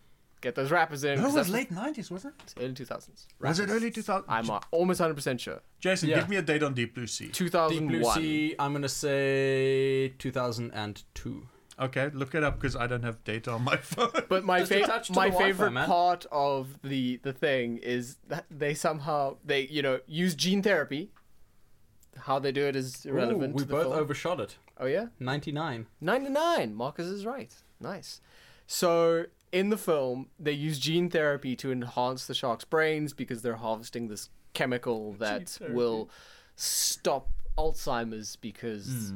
get those rappers in. No, 'cause it was that's late nineties, wasn't it? what- early 2000s. Was it early two thousand? I'm uh, almost 100 percent sure. Jason, Yeah. give me a date on Deep Blue Sea. Deep 2001. Blue Sea. I'm gonna say 2002. Okay, look it up because I don't have data on my phone. But my Just fa- attached to my the Wi-Fi, favorite man. part of the the thing is that they somehow they you know use gene therapy. How they do it is irrelevant. Ooh, we to the both film. overshot it. Oh yeah, 99. 99. Marcus is right. Nice. So in the film, they use gene therapy to enhance the shark's brains because they're harvesting this chemical that therapy. will stop Alzheimer's because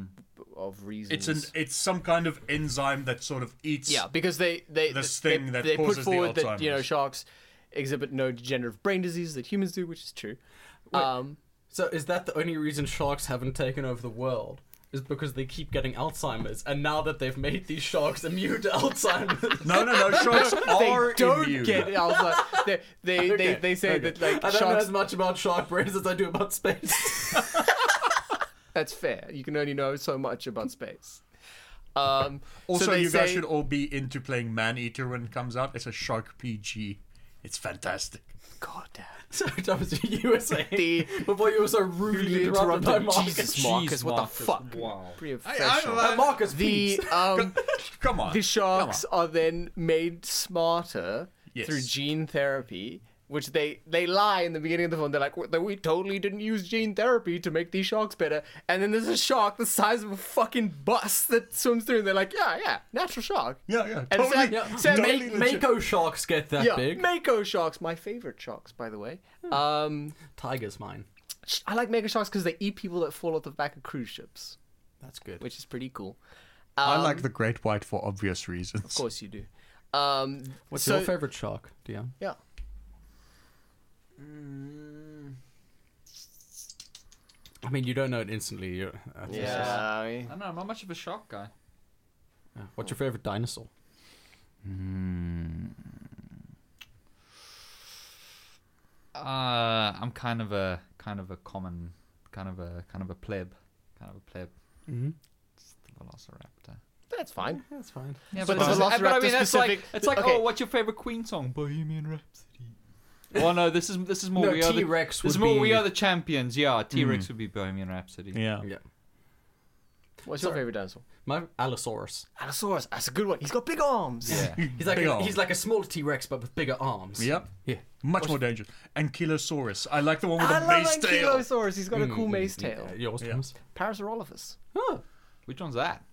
of reasons. Hmm. It's an it's some kind of enzyme that sort of eats. Yeah, because they they This they, thing that they put causes the forward that you know Alzheimer's. sharks exhibit no degenerative brain disease that humans do, which is true. Um, So is that the only reason sharks haven't taken over the world? Is because they keep getting Alzheimer's, and now that they've made these sharks immune to Alzheimer's, No, no, no. Sharks they are don't immune. get Alzheimer's. they they, they Okay, they say okay. that like I don't know sharks. as much about shark brains as I do about space. That's fair. You can only know so much about space. Um, Also, so they you guys say- should all be into playing Man Eater when it comes out. It's a shark PG. It's fantastic. God damn. so Thomas, you were saying The- before you were so rudely Rudely interrupted by interrupted. Marcus. Jesus, Marcus, Jeez, what the Marcus, fuck? Wow. Pretty I- official. Uh, Marcus, the please. um, Come on. the sharks are then made smarter Yes. through gene therapy which they they lie in the beginning of the film they're like "We- we totally didn't use gene therapy to make these sharks better and then there's a shark the size of a fucking bus that swims through and they're like yeah yeah natural shark yeah, yeah. And Totally, Sam- Sam- totally Make- legit. Mako sharks get that yeah big. mako sharks my favorite sharks by the way um Tiger's mine. sh- i like mako sharks because they eat people that fall off the back of cruise ships That's good. which is pretty cool I Um, like the Great White for obvious reasons. of course you do um What's so- your favorite shark, Dion? yeah Mm. I mean, you don't know it instantly. You're, uh, yeah I mean- I don't know, I'm not much of a shark guy. yeah. What's your favorite dinosaur? Uh, I'm kind of a kind of a common, kind of a kind of a pleb, kind of a pleb. Mm-hmm. It's the Velociraptor. that's fine That's fine. Yeah, So but, the it's like- but I Velociraptor mean, that's like specific- it's like okay. oh, what's your favorite Queen song? Bohemian Rhapsody. well, no, this is this is more No, we are the T-Rex This is would more we be- are the champions. Yeah, T Rex would be Bohemian Rhapsody. Yeah. Um, Yeah. What's your Sorry. favorite dinosaur? My Allosaurus. Allosaurus. That's a good one. He's got big arms. Yeah. He's like Big a, arm. he's like a small T Rex but with bigger arms. Yep. Yeah. Much more dangerous. Ankylosaurus. I like the one with I the love mace tail. Mm. Ankylosaurus. He's got a cool mace tail. Mm. Yeah, yours, Yeah. Thomas. Parasaurolophus. Huh. Which one's that?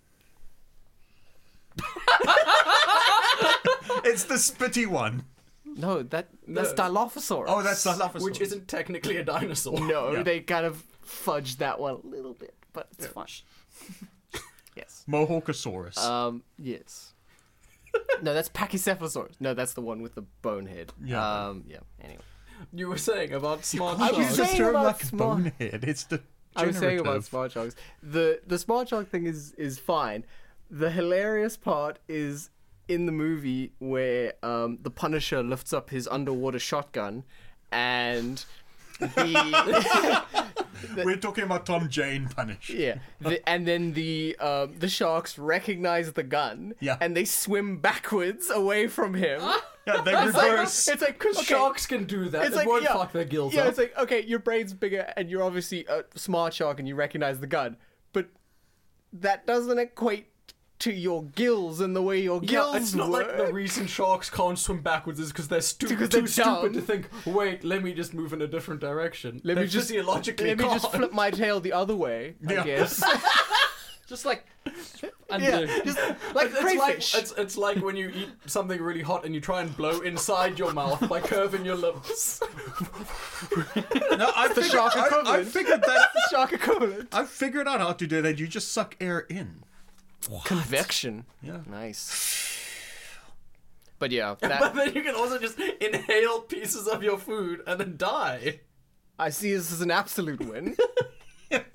It's the spitty one. No, that that's Dilophosaurus. Oh, that's the Dilophosaurus. Which isn't technically a dinosaur. No, Yeah. they kind of fudged that one a little bit, but it's fine. yes. Mohawkosaurus. Um. Yes. no, that's Pachycephalosaurus. No, that's the one with the bone head. Yeah. Um. Yeah. Anyway, You were saying about smart I was sharks. saying about smart- bonehead. It's the. I was saying about generative. smart sharks. The the smart shark thing is is fine. The hilarious part is in the movie where um, the Punisher lifts up his underwater shotgun, and the We're talking about Tom Jane Punish. yeah, the, and then the um, the sharks recognize the gun, Yeah. and they swim backwards away from him. Yeah, they It's like- reverse. It's like Because okay, sharks can do that. It's it like won't yeah, fuck their gills yeah, up. it's like okay, your brain's bigger, and you're obviously a smart shark, and you recognize the gun, but that doesn't equate to your gills and the way your yeah, gills it's not work. like the reason sharks can't swim backwards is because they're, stu- Because too they're dumb. stupid to think. Wait, let me just move in a different direction. let They me just physiologically Let me just can't. flip my tail the other way. Yeah. I guess. Just like yeah, under. just like It's like, crayfish. it's, it's like when you eat something really hot and you try and blow inside your mouth by curving your lips. no, I the figured, shark I, I equivalent. figured that. shark equivalent. I figured out how to do that. You just suck air in. Convection. Yeah. Nice. But yeah, But that, then you can also just inhale pieces of your food and then die. I see this as an absolute win. Okay,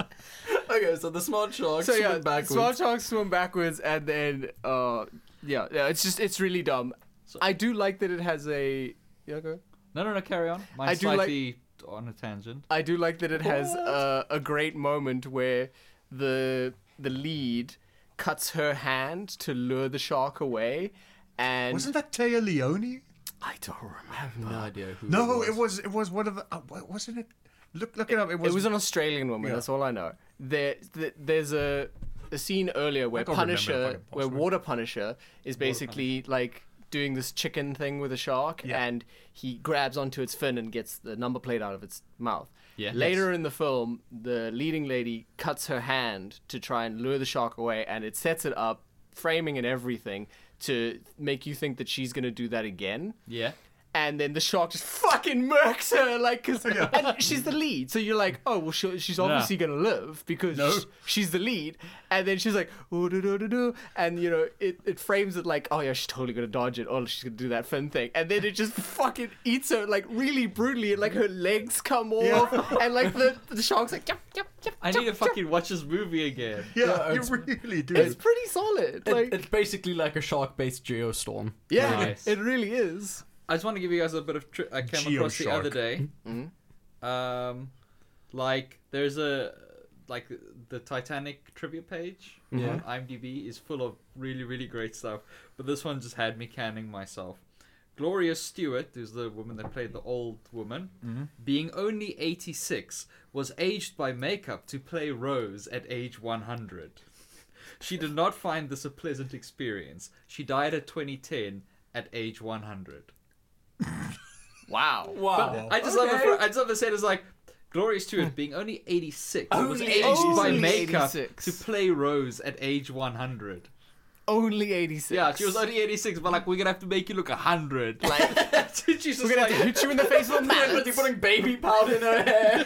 Okay, so the smart shark so yeah, swim backwards. small sharks swim backwards, and then uh, yeah, yeah, it's just it's really dumb. I do like that it has a yeah. Go. ahead. No, no, no. Carry on. I Mine's do like- slightly on a tangent. I do like that it has a, a great moment where the the lead cuts her hand to lure the shark away, and Wasn't that Taya Leone? I don't remember. I have no idea who. No, it it was it was one of the, uh, wa- wasn't it? Look look it up. It was, It was an Australian woman. Yeah. That's all I know. There, th- there's a, a scene earlier where can't remember the Punisher, fucking where password. Water Punisher is basically like doing this chicken thing with a shark, Yeah. and he grabs onto its fin and gets the number plate out of its mouth. Yeah. Later in the film, the leading lady cuts her hand to try and lure the shark away, and it sets it up, framing and everything, to make you think that she's gonna do that again Yeah. and then the shark just fucking murks her like 'cause- and she's the lead so you're like oh well she, she's obviously gonna live because No. sh- she's the lead and then she's like ooh, do, do, do, do, and you know it, it frames it like oh yeah she's totally gonna dodge it oh she's gonna do that fin thing and then it just fucking eats her like really brutally and like her legs come off and like the, the shark's like yup, yup, yup, I yup, need to yup. fucking watch this movie again. yeah, yeah, you it's- really do. it's pretty solid like it's basically like a shark-based geostorm. yeah Nice. it really is I just want to give you guys a bit of. Tri- I came across the Geoshock. other day. Um, like there's a like the Titanic trivia page on IMDb is full of really really great stuff, but this one just had me canning myself. Gloria Stewart, who's the woman that played the old woman, being only 86, was aged by makeup to play Rose at age 100. She did not find this a pleasant experience. She died at 2010 at age 100. wow Wow. I just love the. fr- I just love the set is like Gloria Stewart being only 86 was Only aged by 86. makeup 86. to play Rose at age 100. only 86 Yeah, she was only 86, but like we're gonna have to make you look 100. Like like she's just we're gonna like have to hit you in the face with a mallet. You're putting baby powder in her hair.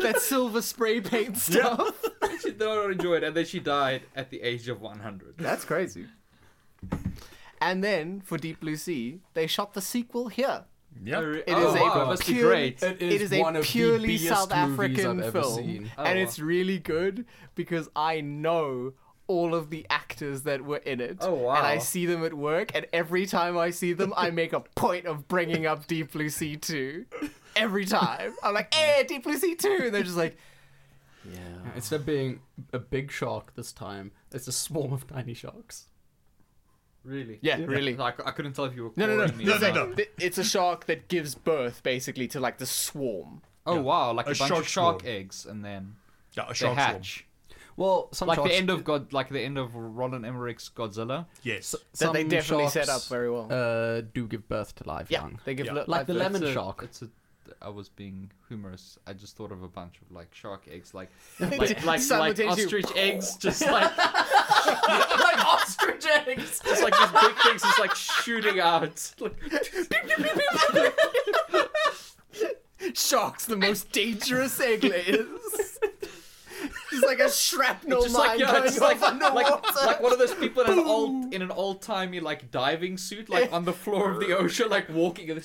that silver spray paint stuff. she did not enjoy it, and then she died at the age of 100. That's crazy. And then for Deep Blue Sea, they shot the sequel here. yeah. It It is oh, a wow, it must be pure- great. It is It is one a of the purely biggest South movies I've African ever film, seen. Oh, and wow. it's really good because I know all of the actors that were in it. Oh, wow. And I see them at work, and every time I see them, I make a point of bringing up Deep Blue Sea 2. Every time. I'm like, eh, Deep Blue Sea 2! And they're just like, yeah. Instead of being a big shark this time, it's a swarm of tiny sharks. Really? Yeah, really. Like I couldn't tell if you were. No, no, no, calling me No, or no, not. no. Th- It's a shark that gives birth basically to like the swarm. Oh wow, like a, A bunch shark of shark swarm. eggs, and then Yeah, a they shark swarm. hatch. Well, some Like sharks, the end of God, like the end of Roland Emmerich's Godzilla. Yes. That they some definitely set sharks, up very well. Uh, do give birth to live yeah, young. they give Yeah. li- Like the life birth. lemon It's a- shark. It's a. I was being humorous. I just thought of a bunch of like shark eggs, like Like- like like, like Simultaneously- ostrich eggs, just like like ostrich eggs. just like these big things just like shooting out. Like, Sharks, the most dangerous egg layers. It's like a shrapnel just mine like yeah, going just off like underwater. like like one of those people in an old in an old timey like diving suit, like on the floor of the ocean, like walking. And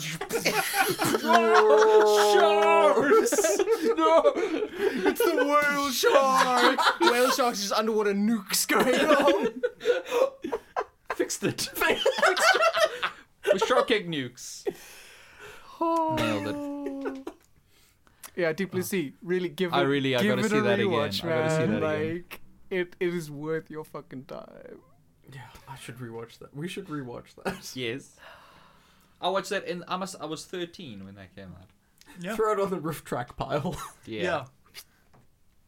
sharks! No. it's the whale shark. whale sharks just underwater nukes going on. Fixed it. Fixed it. With shark egg nukes. Nailed it. Oh. Yeah, Deep Blue Sea. Really give it. I really- I give gotta it see a that again. rewatch, I gotta see man. that again. Like it, it is worth your fucking time. Yeah, I should rewatch that. We should rewatch that. Yes. I watched that in I must I was thirteen when that came out. Yeah. Throw it on the roof track pile. Yeah.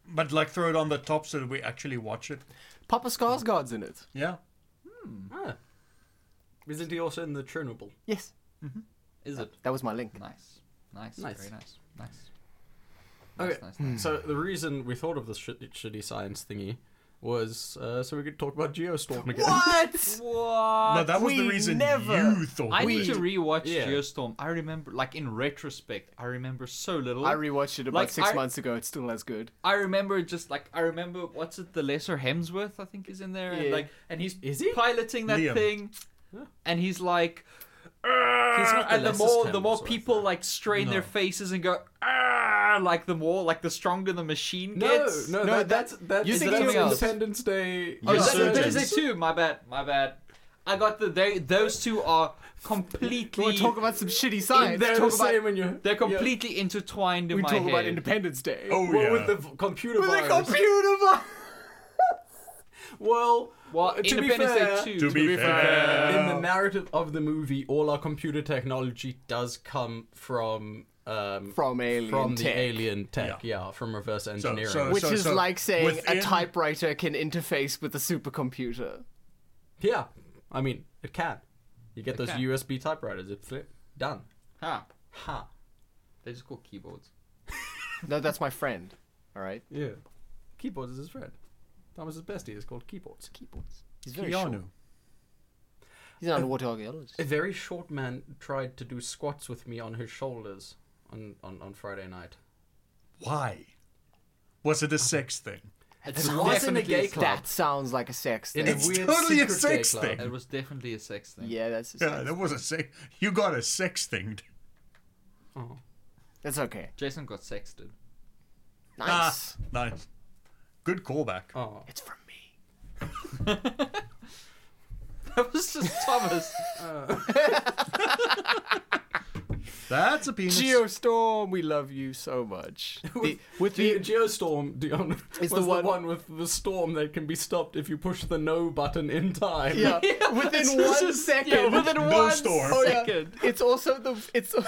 But like throw it on the top so that we actually watch it. Papa Skarsgård's in it. Yeah. ah. Isn't he also in the Chernobyl? Yes, Is it? that was my link. Nice. Nice. Nice. Very nice. Nice. Uh, Okay. Nice, nice, nice. So the reason we thought of this shit shitty science thingy was uh, so we could talk about Geostorm again. What? No, What? that was the Uh, we reason never- you thought. I it need to was. rewatch Yeah. Geostorm. I remember, like in retrospect, I remember so little. I rewatched it about Like, six I- months ago. It's still as good. I remember just like I remember what's it? The Lesser Hemsworth, I think, is in there, and Yeah. like, and he's Is he? piloting that Liam. thing, and he's like, He's not Ah, and the lessest more the Hemsworth, more I people think. like strain their faces and go ah I like them all? Like the stronger the machine No, gets. No, no, that, that- that's that's, you that's think it was- Independence Day. Oh, You're is that, that surgeons. is it too. My bad. My bad. I got the they. Those two are completely. we talk about some shitty They're science. the talk about, same in your. They're yeah. completely intertwined in we my talk head. about Independence Day. Oh Well, yeah. with the v- computer With a virus. computer virus. well, well, to be Independence fair, Day to two. be fair, in the narrative of the movie, all our computer technology does come from um, From alien from the tech. alien tech, yeah, from reverse engineering. so- Which is so like saying within- a typewriter can interface with a supercomputer. yeah, I mean, it can. You get those can. USB typewriters, it flip, done. Huh. Ha. They just call keyboards. No, that's my friend. All right, Yeah. Keyboards is his friend. Thomas's bestie is called keyboards. Keyboards. he's very short. He's an underwater archaeologist. A very short man tried to do squats with me on his shoulders on, on, on Friday night. Why? Was it a sex thing? It's It wasn't a definitely gay sex- club. That sounds like a sex In thing. a It's weird totally a secret sex gay club. thing. It was definitely a sex thing. Yeah, that's a Yeah, sex. that was a sex. You got a sex thing. Oh. That's okay. Jason got sexted. Nice. Ah, nice. Good callback. Oh. It's from me. That was just Thomas. That's a penis. Geostorm, we love you so much. The- with Ge- the Geostorm, Dion, was It's the the one... one- with the storm that can be stopped if you push the no button in time. yeah, within one second. yeah, within No one storm. Oh, yeah. second. It's also the it's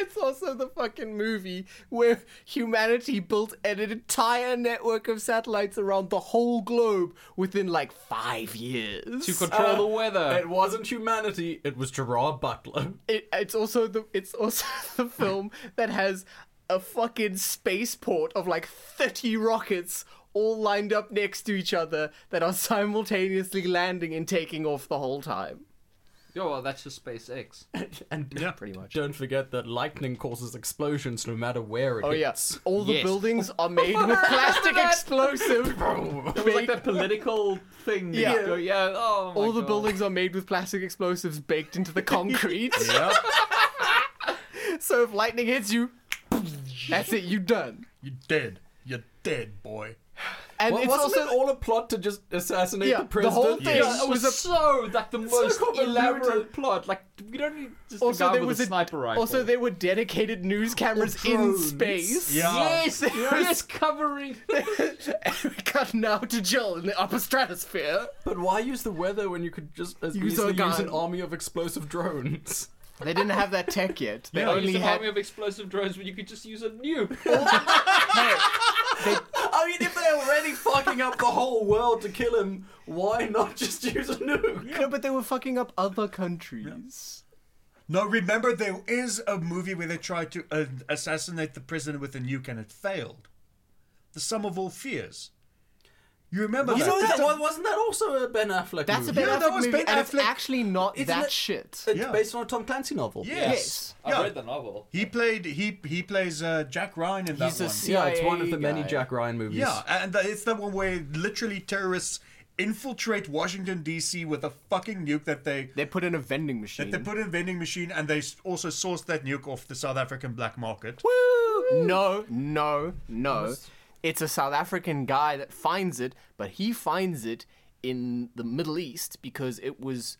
it's also the fucking movie where humanity built an entire network of satellites around the whole globe within like five years. To control the weather. It wasn't humanity, it was Gerard Butler. It, it's also the it's also the film that has a fucking spaceport of like thirty rockets all lined up next to each other that are simultaneously landing and taking off the whole time. Yo, well, that's just SpaceX. And Yeah. Pretty much. don't forget that lightning causes explosions no matter where it Oh hits. yeah. All the Yes. buildings are made with plastic explosive. It was like Big- that political thing. that you Yeah. go, yeah. Oh my All the God. buildings are made with plastic explosives baked into the concrete. Yep. so if lightning hits you, that's it, you done. You're dead. You're dead, boy. And Well, it's wasn't also it all a plot to just assassinate Yeah, the the president? whole thing Yes. Yeah, it was was a so like the most convoluted. elaborate plot. Like we don't need just a also guy there with was a sniper rifle. Also there were dedicated news cameras in drones. space. Yeah. yes, yes, covering. and we cut now to Jill in the upper stratosphere. But why use the weather when you could just as Use easily a use an gun. army of explosive drones? They didn't have that tech yet. They They only used an had army of explosive drones when you could just use a nuke. I mean, if they're already fucking up the whole world to kill him, why not just use a nuke? No, but they were fucking up other countries. No, remember there is a movie where they tried to uh, assassinate the president with a nuke and it failed. The sum of all fears. You remember You that? know, that, That's a- wa- wasn't that also a Ben Affleck That's a movie? Ben Yeah, that Affleck was movie, Ben and it's Affleck. actually not Isn't that it- shit. It's Yeah. based on a Tom Clancy novel. yes. I Yeah. read the novel. He played. He he plays uh, Jack Ryan in that He's a one. s- Yeah, it's one of the CIA many guy. Jack Ryan movies. yeah, and the, it's the one where literally terrorists infiltrate Washington D.C. with a fucking nuke that they They put in a vending machine. that they put in a vending machine, and they s- also sourced that nuke off the South African black market. No, no, no. It's a South African guy that finds it, but he finds it in the Middle East because it was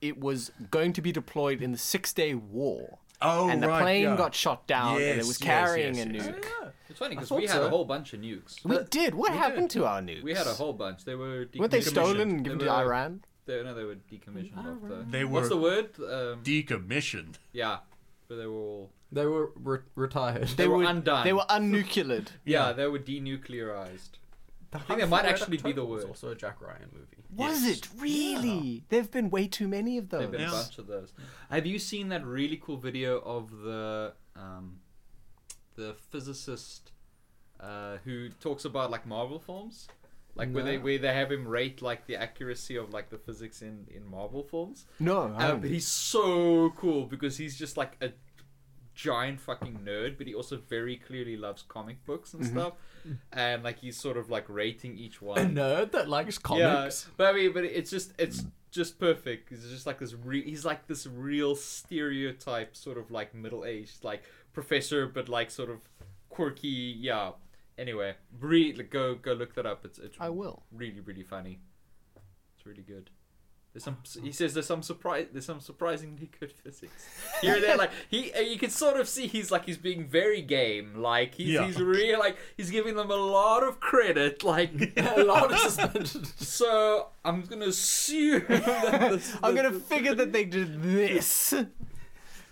it was going to be deployed in the Six Day War. Oh, and the right, plane yeah. got shot down and Yes, it was yes, carrying yes, a yes. nuke. It's funny because thought we had so. a whole bunch of nukes. We did. What happened to our nukes? Uh, We had a whole bunch. They were decommissioned. Weren't they stolen and given They to were- Iran? They, no, they were decommissioned. Off the, They What's were- the word? Um, Decommissioned. yeah, but they were all. They were re- retired. They were undone. They were unnucleared. Yeah, they were denuclearized. I think that might actually be the word. also a Jack Ryan movie. Was it really? There've been way too many of There've those. been a bunch of those. Have you seen that really cool video of the um, the physicist uh, who talks about like Marvel films? Like where they No. where they have him rate like the accuracy of like the physics in in Marvel films. No, I Uh, haven't. but he's so cool because he's just like a giant fucking nerd, but he also very clearly loves comic books and stuff. And like he's sort of like rating each A one. nerd that likes Yeah, comics. but I mean, but it's just it's just perfect. He's just like this. Re- he's like this real stereotype sort of like middle aged, like professor, but like sort of quirky. Yeah. Anyway, really go go look that up. It's it's I will. really really funny. It's really good. There's some. He says there's some surprise. There's some surprisingly good physics here and there. Like he, uh, you can sort of see he's like he's being very game. Like he's Yeah. he's really like he's giving them a lot of credit. Like a lot of suspension. so, I'm gonna assume that this. I'm gonna figure that they did this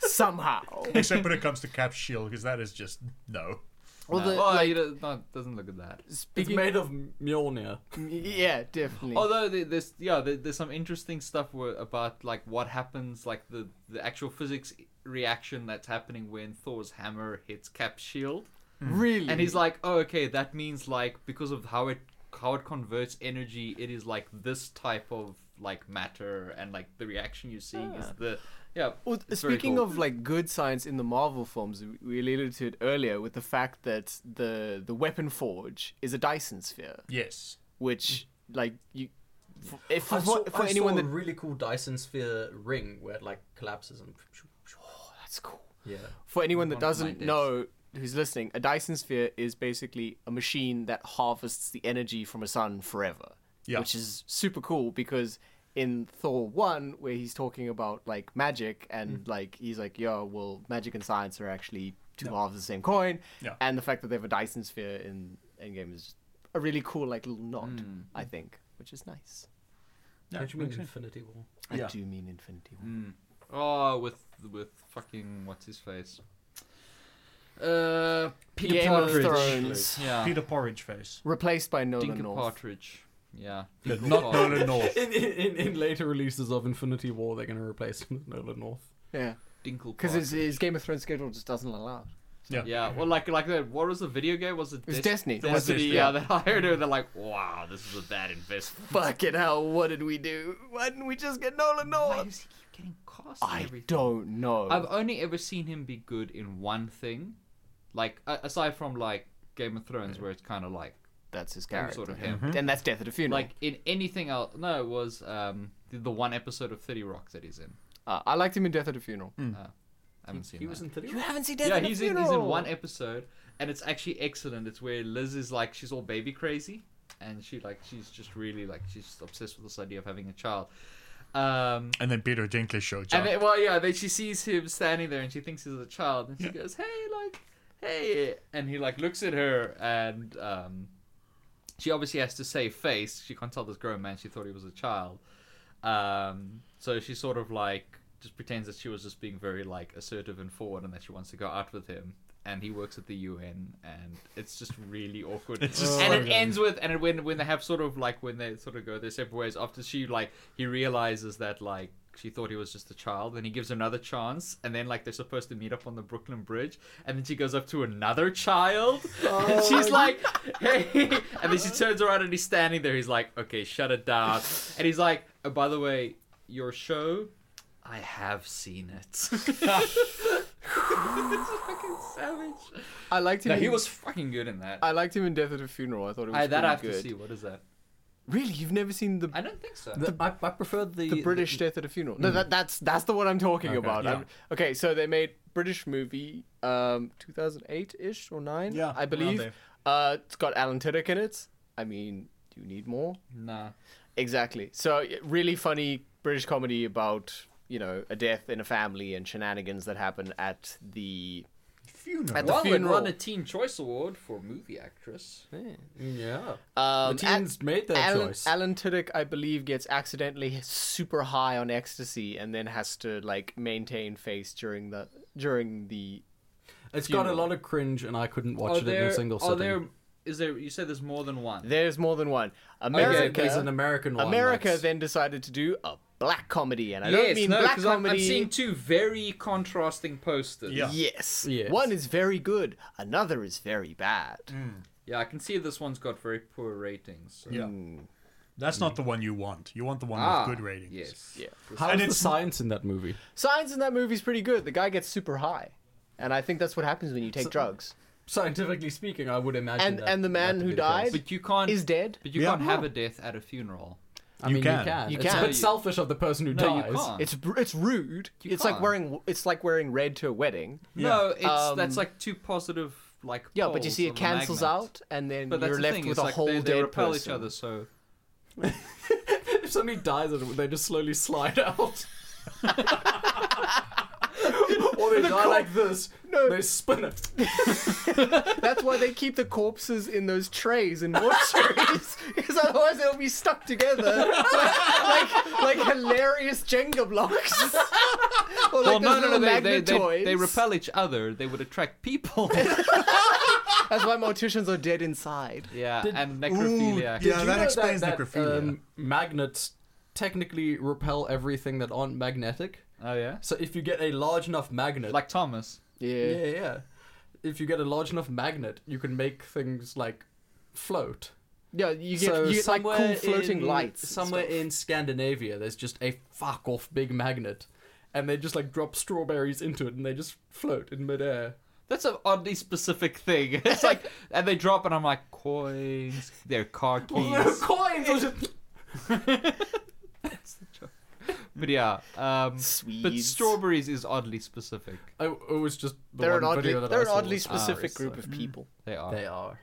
somehow. Except when it comes to Cap Shield, because that is just no. Well, the, well, like, he does- no, doesn't look at that. It's speaking, made of Mjolnir. yeah, definitely. Although there- there's yeah, there- there's some interesting stuff where, about like what happens, like the the actual physics reaction that's happening when Thor's hammer hits Cap's shield, really, and he's like, oh okay, that means like because of how it how it converts energy, it is like this type of like matter, and like the reaction you're seeing Ah. is the yeah. Well, it's very speaking cool. of like good science in the Marvel films, we- we alluded to it earlier with the fact that the the weapon forge is a Dyson sphere, Yes. which like you, for, if, for, I saw, for I anyone saw that a really cool Dyson sphere ring where it like collapses and that's cool. yeah. For anyone that One of my doesn't days. know who's listening, a Dyson sphere is basically a machine that harvests the energy from a sun forever. Yeah. Which is super cool because in Thor 1 where he's talking about like magic and Mm. like he's like, "Yo, well, magic and science are actually two halves of the same coin." Yeah. And the fact that they have a Dyson sphere in Endgame is a really cool like little nod, Mm. I think, which is nice. Don't you mean Infinity War? I Yeah. Mm. do mean Infinity War. Oh, with with fucking what's his face? Uh, Peter Game of Partridge. Thrones Yeah, Peter Porridge face. replaced by Nolan Dinkin North. Partridge. Yeah, But Dinkin Oh. not Partridge. Nolan North. In, in, in, in later releases of Infinity War, they're going to replace him with Nolan North. Yeah. Dinkle Because his, Partridge. his Game of Thrones schedule just doesn't allow. it. Yeah, well, like like that. What was the video game? Was it? It was Des- Destiny. Destiny. It was Destiny, yeah, yeah. they hired her. They're like, wow, this is a bad investment. Fucking hell, what did we do? Why didn't we just get Nolan Why North? does he keep getting cast? in I everything? don't know. I've only ever seen him be good in one thing, like a- aside from like Game of Thrones, where it's kind of like that's his that character. was sort of him. And that's Death at a Funeral. Like in anything else, no, it was um the, the one episode of Thirty Rock that he's in. uh, I liked him in Death at a Funeral. I haven't seen He that. was in Infinity You War. haven't seen Death yeah, at a he's in, Funeral. he's in one episode, and it's actually excellent. It's where Liz is like she's all baby crazy, and she like she's just really like she's just obsessed with this idea of having a child. Um, And then Peter Dinklage shows up. and then, well, yeah, then she sees him standing there, and she thinks he's a child, and she goes, "Hey, like, hey," and he like looks at her, and um, she obviously has to save face. She can't tell this grown man she thought he was a child, um, so she sort of like just pretends that she was just being very like assertive and forward, and that she wants to go out with him. And he works at the UN, and it's just really awkward. It's just and so it good. ends with and it- when when they have sort of like when they sort of go their separate ways after she like he realizes that like she thought he was just a child and he gives her another chance and then like they're supposed to meet up on the brooklyn bridge and then she goes up to another child and she's like hey and then she turns around and he's standing there he's like okay shut it down and he's like oh, by the way your show i have seen it It's fucking savage I liked him. no in, he was fucking good in that I liked him in Death at a Funeral. I thought it was I, that pretty I have good. to see. What is that? Really, you've never seen the I don't think so. The, I, I prefer the, the British Death at a Funeral. No, that, that's that's the one I'm talking about. yeah. I'm- okay, so they made British movie, um, 2008 ish or nine, Yeah, I around believe. there. Uh, it's got Alan Tiddick in it. I mean, do you need more? Nah. Exactly. So y- really funny British comedy about you know a death in a family and shenanigans that happen at the Funeral. At the One would funeral. won a Teen Choice Award for movie actress. Yeah. um, the at- teens made their Alan, choice. Alan Tiddick, I believe, gets accidentally super high on ecstasy and then has to like maintain face during the during the. it's got funeral. a lot of cringe, and I couldn't watch Are it in a single are sitting. there? Is there? You said there's more than one. There's more than one. Okay, America, there's an American one. America that's- then decided to do a black comedy, and I don't yes, mean no, black 'cause I'm, comedy. I'm seeing two very contrasting posters. Yeah. Yes. Yes. one is very good, another is very bad. Yeah, I can see this one's got very poor ratings. so- Yeah. That's Mm. not the one you want. You want the one Ah, with good ratings. Yes. Yeah. How's and the it's- science in that movie? Science in that movie's pretty good. The guy gets super high, and I think that's what happens when you take drugs. Scientifically speaking, I would imagine. And- that- and the that man to who be the case. died? But you can't. Is dead. But you Yeah. can't have a death at a funeral. I You mean, can. you can. You it's can. a No, bit you- selfish of the person who No, you dies. can't. It's br- it's rude. uh, You it's like can't. wearing it's like wearing red to a wedding. No, it's Um, that's like two positive like. Yeah, but you poles see, of it a cancels oh, magnet. out, and then But that's you're the left thing, with it's a like whole they, dead they repel person. each other. So If somebody dies, it- they just slowly slide out. or they die like this. No. They spin it. That's why they keep the corpses in those trays and mortuaries, because otherwise they'll be stuck together like like, like hilarious Jenga blocks. or like well, those no, no, no, little they, they, they, magnetoids. they repel each other. They would attract people. That's why morticians are dead inside. yeah, and Ooh, necrophilia. yeah, You that know explains that, necrophilia. Um, magnets technically repel everything that aren't magnetic. Oh yeah, So if you get a large enough magnet, like Thomas. yeah, yeah, yeah. if you get a large enough magnet, you can make things like float. Yeah, you get, so you get like cool somewhere floating in- lights. and Somewhere stuff. in Scandinavia, there's just a fuck off big magnet, and they just like drop strawberries into it, and they just float in midair. That's an oddly specific thing. It's like, and they drop, and I'm like, coins. They're car keys. coins. or just- but yeah, um, but Swedes. strawberries is oddly specific. I, it was just the they're one an oddly video that I they're an saw oddly was uh, specific ours, group so- of people. They are. They are.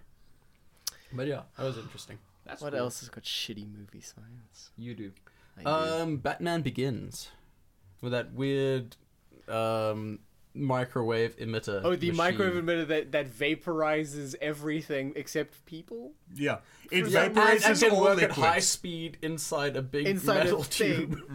But yeah, that was interesting. That's What cool. else has got shitty movie science? You do. I do. Um, Batman Begins with that weird um, microwave emitter. oh, the machine. microwave emitter that, that vaporizes everything except people Yeah, it Yeah, and- and vaporizes can all work liquids. at high speed inside a big inside metal a thing. tube.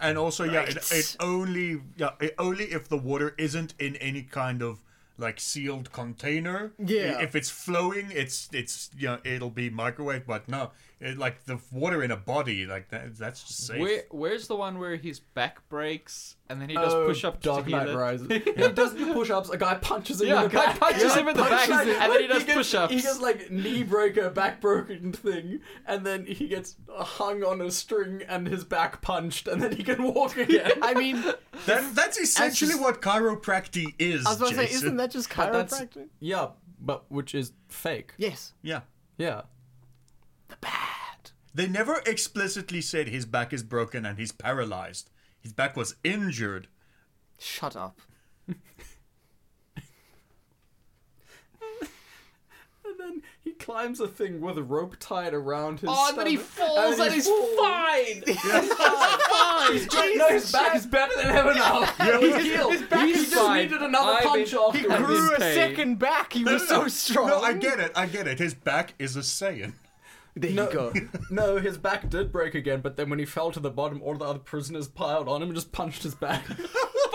And also, yeah, it, Right. it only yeah, it only if the water isn't in any kind of like sealed container. Yeah. I- If it's flowing, it's it's you know it'll be microwave. But no, it, like the water in a body, like that, that's just safe. Where, where's the one where his back breaks and then he does Oh, push up to Dark heal Knight it? Rises. He does do push-ups. A guy punches him Yeah, in the a guy back. punches him in the punches back, him. and then he does gets- push-ups. He gets like knee breaker, back broken thing, and then he gets hung on a string and his back punched, and then he can walk again. I mean, That, that's essentially what chiropractic is. I was about to say, Jason. isn't that just But that's- chiropractic? yeah, but which is fake. Yes. Yeah. Yeah. They never explicitly said his back is broken and he's paralyzed. His back was injured. Shut up. And then he climbs a thing with a rope tied around his. Oh, and then he stomach, falls and, then he's falls. fine. He's great. No, his back is better than ever now. he's healed. his back he is just fine. needed another I've punch been- after. He I'm grew in a pain. second back. He was so strong. No, I get it. I get it. His back is a Saiyan. There you go. No, no, his back did break again, but then when he fell to the bottom, all the other prisoners piled on him and just punched his back.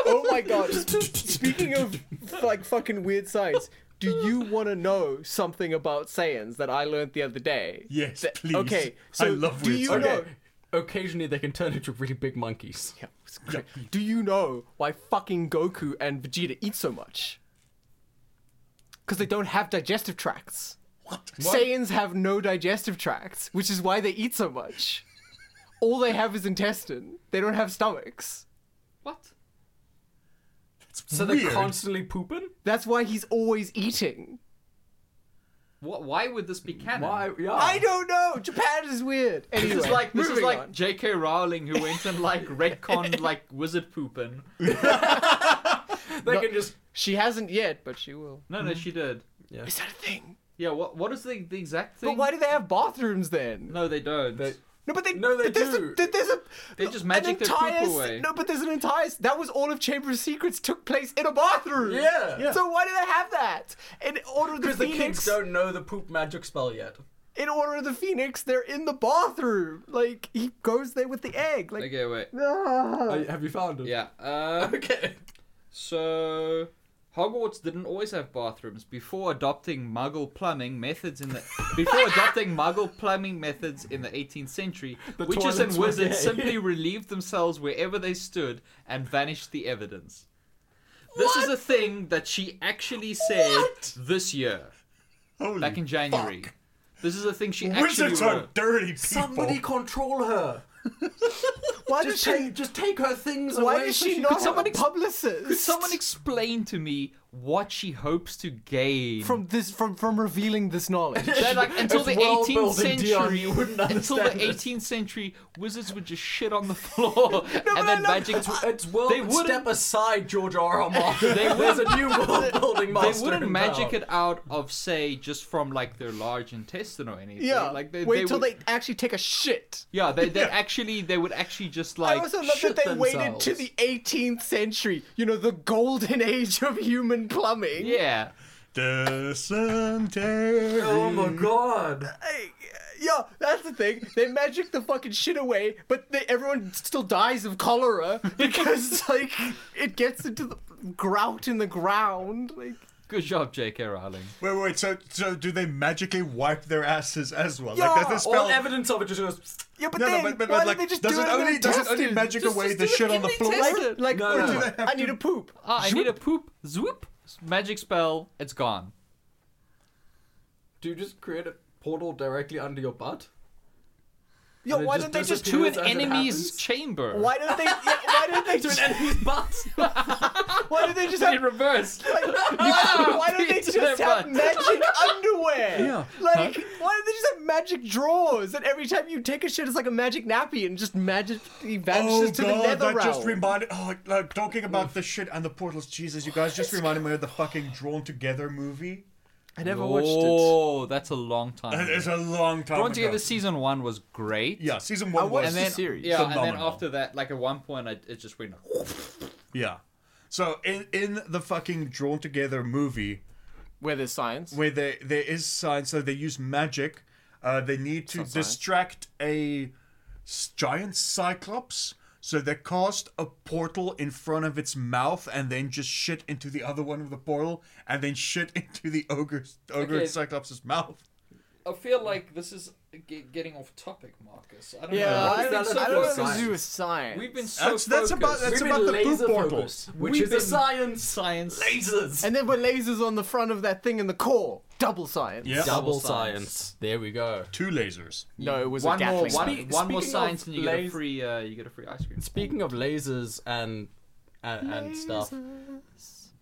Oh my god. Speaking of like fucking weird science, do you want to know something about Saiyans that I learned the other day? Yes, That- please. Okay, so I love do weird you science. know? okay. Occasionally, they can turn into really big monkeys. Yeah, it's great. Do you know why fucking Goku and Vegeta eat so much? Because they don't have digestive tracts. What? Saiyans have no digestive tracts, which is why they eat so much. All they have is intestine. They don't have stomachs. What? So Weird. they're constantly pooping. That's why he's always eating. What? Why would this be canon? Why? Yeah. I don't know. Japan is weird. Anyway, This is like this is moving like on. J.K. Rowling who went and like retconned like wizard pooping. They can just. she hasn't yet, but she will. No, no, she did. Is that a thing? Yeah. What? What is the the exact thing? But why do they have bathrooms then? No, they don't. They- No, but they No, they but there's do. A, there- there's a They just an magic their poop entire s- away. No, but there's an entire s- that was all of Chamber of Secrets took place in a bathroom. Yeah. Yeah. So why do they have that? In Order of the Because the Phoenix, kids don't know the poop magic spell yet. in Order of the Phoenix, they're in the bathroom. Like he goes there with the egg. Like Okay, wait. ah. Uh, have you found it? Yeah. Uh, Okay. so. Hogwarts didn't always have bathrooms. Before adopting Muggle plumbing methods in the before adopting Muggle plumbing methods in the 18th century, witches and toilets were wizards gay. simply relieved themselves wherever they stood and vanished the evidence. This is a thing that she actually said this year, Holy back in January. fuck. This is a thing she actually Wizards are wrote. dirty people. Somebody control her. Why does Just she? take, just take her things away. Why does so she not can- have a publicist? Someone explain to me what she hopes to gain from this from from revealing this knowledge. They're like until It's the well 18th built and Dion, century. you wouldn't Until the understand this. 18th century, wizards would just shit on the floor, and then magic. It's, it's world. They wouldn't- step aside, George R. R. Martin. They There's a new world building They master. wouldn't in magic town. it out of say just from like their large intestine or anything. yeah, like they, wait they till would, they actually take a shit. Yeah, they they actually they would actually just like I also love shit that they waited themselves. to the 18th century, you know, the golden age of human plumbing. yeah. Dysentery. Oh my god. Hey, yeah, that's the thing. They magic the fucking shit away, but they, everyone still dies of cholera because like it gets into the grout in the ground. Like, Good job, J.K. Rowling. Wait, wait. So, so do they magically wipe their asses as well? Yeah, like, does the spell? All evidence of it just goes. yeah, but no, then no, but, but, why but like, did they just does do it it only does it only magic Just- away just the do it shit in on the the floor? test. Like, like No, or no, do no. they have I need to poop. Ah, I Zoop. need a poop. Zoop. Magic spell. It's gone. Do you just create a portal directly under your butt? Yo, and it why just didn't they just To disappears an as it enemy's happens? chamber. Why didn't they? yeah, why didn't they just? Why didn't they just In have? reverse. Like, why don't they Into just have their butt. magic underwear? Yeah. Like, why don't they just have magic drawers? And every time you take a shit, it's like a magic nappy and just magically vanishes Oh to the god, nether that realm. just reminded. Oh, like, talking about the shit and the portals. Jesus, you guys just reminded me of the fucking Drawn Together movie. I never watched it. Oh, that's a long time. It's ago. a long time. Drawn ago. Together season one was great. Yeah, season one was. watched And then, the series. yeah, and then Phenomenal. after that, like at one point, I, it just went. yeah. So in in the fucking Drawn Together movie, Where there's science. where there there is science, so they use magic. Uh, they need to distract a s- giant cyclops, so they cast a portal in front of its mouth, and then just shit into the other one of the portal, and then shit into the ogre ogre Okay. cyclops's mouth. I feel like this is getting off topic, Marcus. I don't yeah, What I is don't, that I about don't know if science? it's to do with science. We've been so That's that's about focused. that's We've about been the poop laser portals. focused, Which We've is a been- science. science. Lasers. and then when lasers on the front of that thing in the core. Double science. Yeah. Double Double science. science. There we go. Two lasers. No, it was one a more, Gatling. one, gun. one more speaking of science, and you get a laser- free, uh, you get a free ice cream. Speaking of lasers and and, and stuff,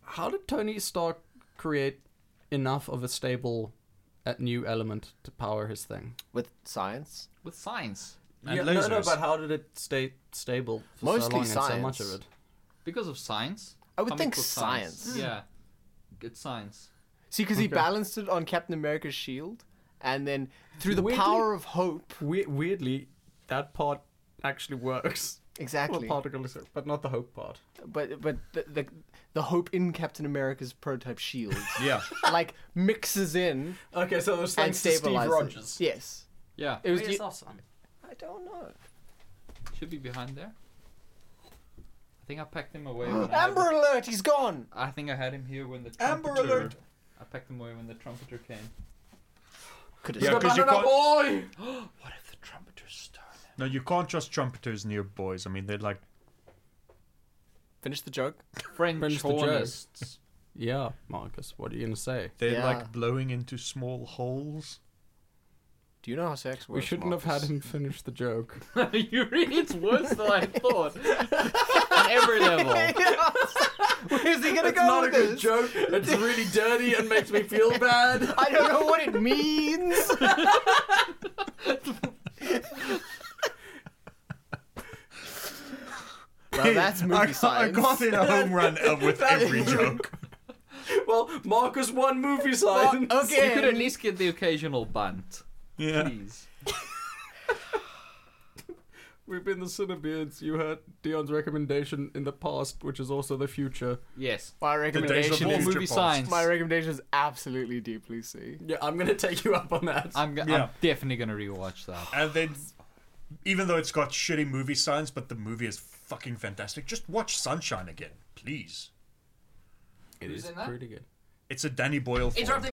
how did Tony Stark create enough of a stable uh, new element to power his thing? With science. with science And yeah, lasers. No, no, but how did it stay stable for so Mostly long and so much of science. it? because of science. I would Comic think book science. Yeah, it's science. See, because he balanced it on Captain America's shield, and then through the Weirdly- power of hope. We- weirdly, that part actually works. Exactly. Well, particle is- but not the hope part. but but the, the the hope in Captain America's prototype shield Yeah. like mixes in Okay, so there's and like Steve stabilizes. Rogers. Yes. Yeah, It was It's the- awesome. I don't know. should be behind there. I think I packed him away. When I, had Amber the- alert, he's gone. I think I had him here when the Amber trumpeter. alert. I packed him away when the trumpeter came. Could have Yeah, stopped. because you can't. boy! What if the trumpeter started? No, you can't trust trumpeters near boys. I mean, they're like finish the joke. French, French the hornists. Yeah, Marcus, what are you gonna say? they're Yeah. like blowing into small holes. Do you know how sex works? We shouldn't have Marcus? had him finish the joke. you really, it's worse than I thought. On every level. Where is he gonna It's go not a with good this? joke. It's really dirty and makes me feel bad. I don't know what it means. well, that's movie I, got- I science. got in a home run uh, with every joke. Well, Marcus won movie Oh, science. You could at okay. least get the occasional bunt. Yeah. Please. We've been the Cinebeards. You heard Dion's recommendation in the past, which is also the future. Yes. My recommendation More Future is movie pulse. science. My recommendation is absolutely deeply C. Yeah, I'm gonna take you up on that. I'm, go- I'm Yeah. definitely going to rewatch that. And then, even though it's got shitty movie signs, but the movie is fucking fantastic. Just watch Sunshine again, please. It Who's is in that? pretty good. It's a Danny Boyle film.